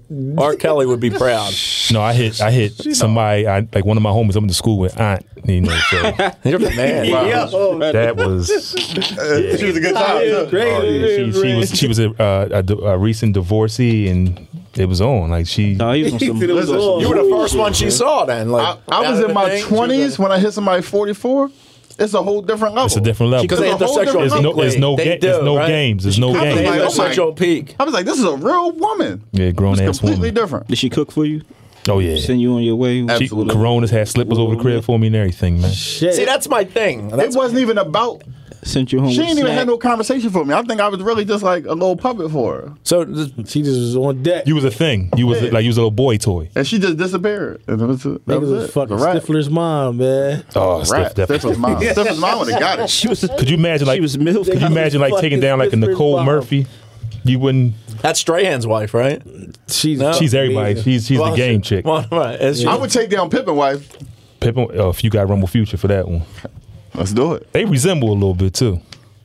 R. Kelly would be proud.
No, I hit I hit somebody I, like one of my homies. I'm in the school with aunt. You know, so
You're the man.
Yo,
that was
She was a good time.
it's
too.
crazy. Oh,
she, she was she was a, uh, a, d- a recent divorcee and it was on like she.
No, he was on some.
It was
he was on
all-
You
some-
were the first one she saw then. Like
I, I was in my twenties when I hit somebody forty four. It's a whole different level.
It's a different level.
Because they
It's
have
a
the
whole
sexual
different
There's
peak.
no,
level.
there's no,
They
ga-
do,
there's no
right?
games. There's no
I was
They
like,
have
games.
oh
the
my-
sexual peak.
I was like, this is a real woman.
Yeah, grown
It's
ass
completely
woman.
different.
Did she cook for you?
Oh yeah,
Send you on your way?
she,
Absolutely.
Coronas had slippers over the crib for me and everything, man.
Shit.
See, that's my thing.
It
That's
wasn't even about.
Sent you home.
She
with
didn't
a
even
snack.
have no conversation for me. I think I was really just like a little puppet for her,
so. th-
she just was on deck.
You was a thing. You was
Yeah.
like you was a little boy toy.
and she just disappeared. And that was, that
Niggas
was
was
it.
fucking
A wrap.
Stifler's mom, man.
Oh,
Rap.
Steph,
That's
definitely.
was mine. That was mine when it got it.
She was.
Could you imagine like
she was milf.
Could you imagine like taking down like a
Fucking
Nicole
Pittsburgh
Murphy? You wouldn't.
That's Strahan's wife, right?
She's
No.
She's everybody.
amazing.
She's she's
Oh, Well,
the game
she-
chick.
Well, right. It's
I
just-
would take down Pippin wife.
Pippin, oh, if you got Rumble Future for that one,
Let's do it.
they resemble a little bit too.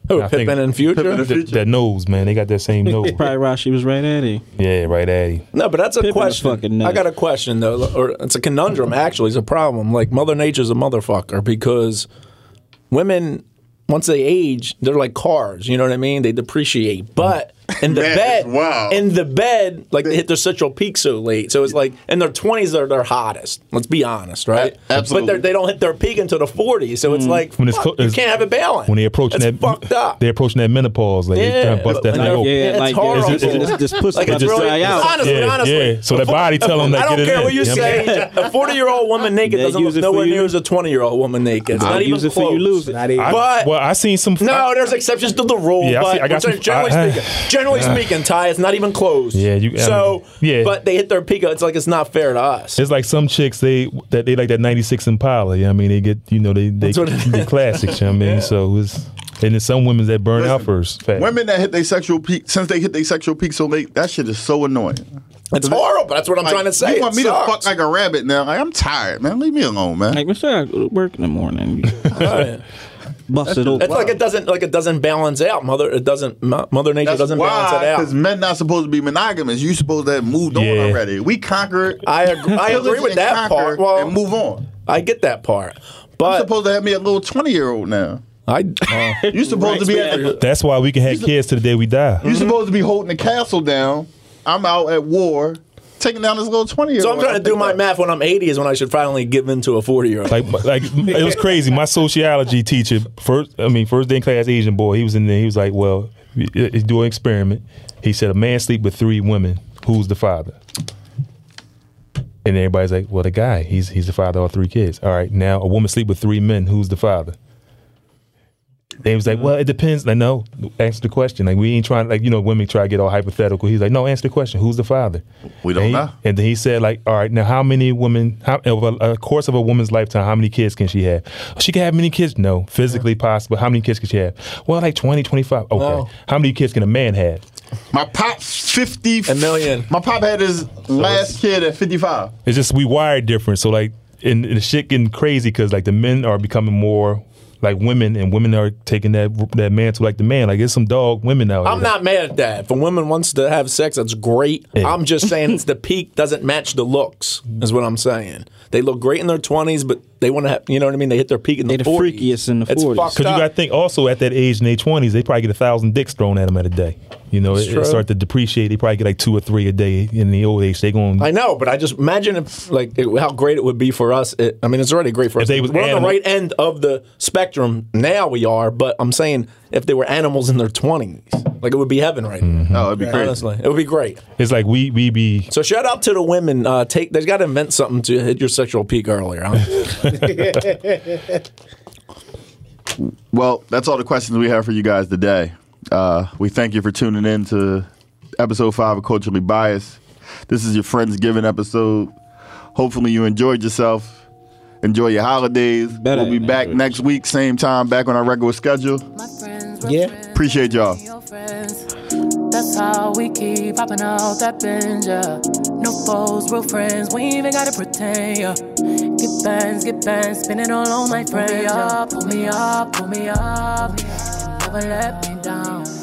who,
I think-
Pippin and Future.
Pippin and
Th-
Future.
that nose, man, they got that same nose.
Probably right. She was right at it.
yeah, right at you.
No, but that's a
Pippin is fucking
question.
nuts.
I got a question though, or it's a conundrum. Actually, it's a problem. Like Mother Nature's a motherfucker because women, once they age, they're like cars. You know what I mean? They depreciate. But in the
Man,
bed,
wow.
in the bed, like they hit their sexual peak so late. So it's like in their twenties, they're their hottest. Let's be honest, right?
A- absolutely.
But they're- they don't hit their peak until the forties. So it's like
Mm. When it's
fuck,
co-
you
it's-
can't have a balance
When they approaching
That's
that,
fucked up.
They approaching that menopause, like oh. they trying to bust that
And
thing
they're-
open.
Yeah,
it's
like
horrible.
It's, it's, it's, this pussy
Like
about
it's
to
really,
dry out.
honestly,
Yeah,
honestly.
yeah. So that body tell them that
I
get
don't
it
care
in.
what you
Yeah,
say. A 40 year old woman naked
They
doesn't
use
look
it for
nowhere
you.
near as a 20 year old woman naked. It's
I'll
not even
use it for you,
close.
lose it.
Not even.
I,
But-
well, I seen some.
No, there's exceptions to the rule.
Yeah, I
but
see- I got some-
generally
I- I-
speaking, generally speaking, Ty, it's not even close.
Yeah, you- I
So,
mean, yeah.
but they hit their peak. It's like it's not fair to us.
It's like some chicks they that they like that '96 Impala. You know what I mean, they get you know they they
That's what it-
the classics. You know what I mean, so it's and then some women that burn out
Listen,
first. Fact.
Women that hit their sexual peak since they hit their sexual peak so late, that shit is so annoying.
It's horrible. That's what I'm trying to say.
you want
It
me
sucks.
to fuck like a rabbit now? Like, I'm tired, man. Leave me alone, man.
Like, Mister, I go to work in the morning.
Right.
Bust it open.
It's like it doesn't like it doesn't balance out. Mother it doesn't mo- Mother Nature doesn't balance it out.
Because men not supposed to be monogamous. You supposed to have moved on
Yeah.
already. We conquered.
I agree, I agree with
and
that
conquer
part. Well,
and move on.
I get that part,
You
but
supposed to have me a little twenty year old now.
I
Oh.
You supposed to be. At the,
That's why we can have kids to the day we die.
Mm-hmm.
you supposed to be holding the castle down. I'm out at war, taking down this little twenty year
so
old.
I'm trying to do my math when I'm 80 is when I should finally give in to a 40 year old.
Like, like it was crazy. My sociology teacher, first, I mean, first day in class, Asian boy, he was in there. He was like, "Well, he- he do an experiment." He said, "A man sleep with three women. Who's the father?" And everybody's like, "Well, the guy. He's he's the father of all three kids." All right, now a woman sleep with three men. Who's the father? They was like, "Well, it depends." Like, no, answer the question. Like, we ain't trying. Like, you know, women try to get all hypothetical. He's like, "No, answer the question. Who's the father?"
We don't
and he,
know.
And then he said, like, all right, now how many women, how, over a course of a woman's lifetime, how many kids can she have? She can have many kids? No, physically possible. How many kids can she have? Well, like 20, 25. Okay.
Wow.
How many kids can a man have?
My pop's fifty.
A million.
My pop had his last kid at fifty five.
It's just we wired different. So, like, and, and the shit getting crazy because, like, the men are becoming more like women and women are taking that that mantle like the man. Like, it's some dog women out
I'm
here.
not mad at that. If a woman wants to have sex, that's great. I'm just saying it's the peak doesn't match the looks. Is what I'm saying. They look great in their 20s, but they want to have. You know what I mean? They hit their peak in the
They the
40s.
freakiest in the
It's
40s.
fucked
Because you
up.
got to think also at that age in their 20s, they probably get a thousand dicks thrown at them at a day. You know, it,
true.
it start to depreciate. They probably get like two or three a day in the old age. They going
I know, but I just imagine if like it, how great it would be for us. It, I mean, it's already great for us.
they was
We're on the
animal-
right end of the spectrum now. We are, but I'm saying if they were animals in their 20s, like it would be heaven right now.
Oh, it'd
Mm-hmm.
be crazy.
Honestly, it would be great.
It's like we we be
So shout out to the women. Uh, take they've got to invent something to hit your sexual peak earlier. Huh?
Well, that's all the questions we have for you guys today. Uh, we thank you for tuning in to episode five of Culturally Biased. This is your Friends Giving episode. Hopefully, you enjoyed yourself. Enjoy your holidays.
Better
we'll be
than
back
average.
next week, same time, back on our regular schedule.
My friends were
Yeah.
friends.
Appreciate y'all.
Your friends. That's how we keep popping out that binge, yeah. No foes, real friends. We ain't even gotta pretend, yeah. Get bands, get bands, spinning all on my friends. Pull me up, pull me up, pull me up. never let me down.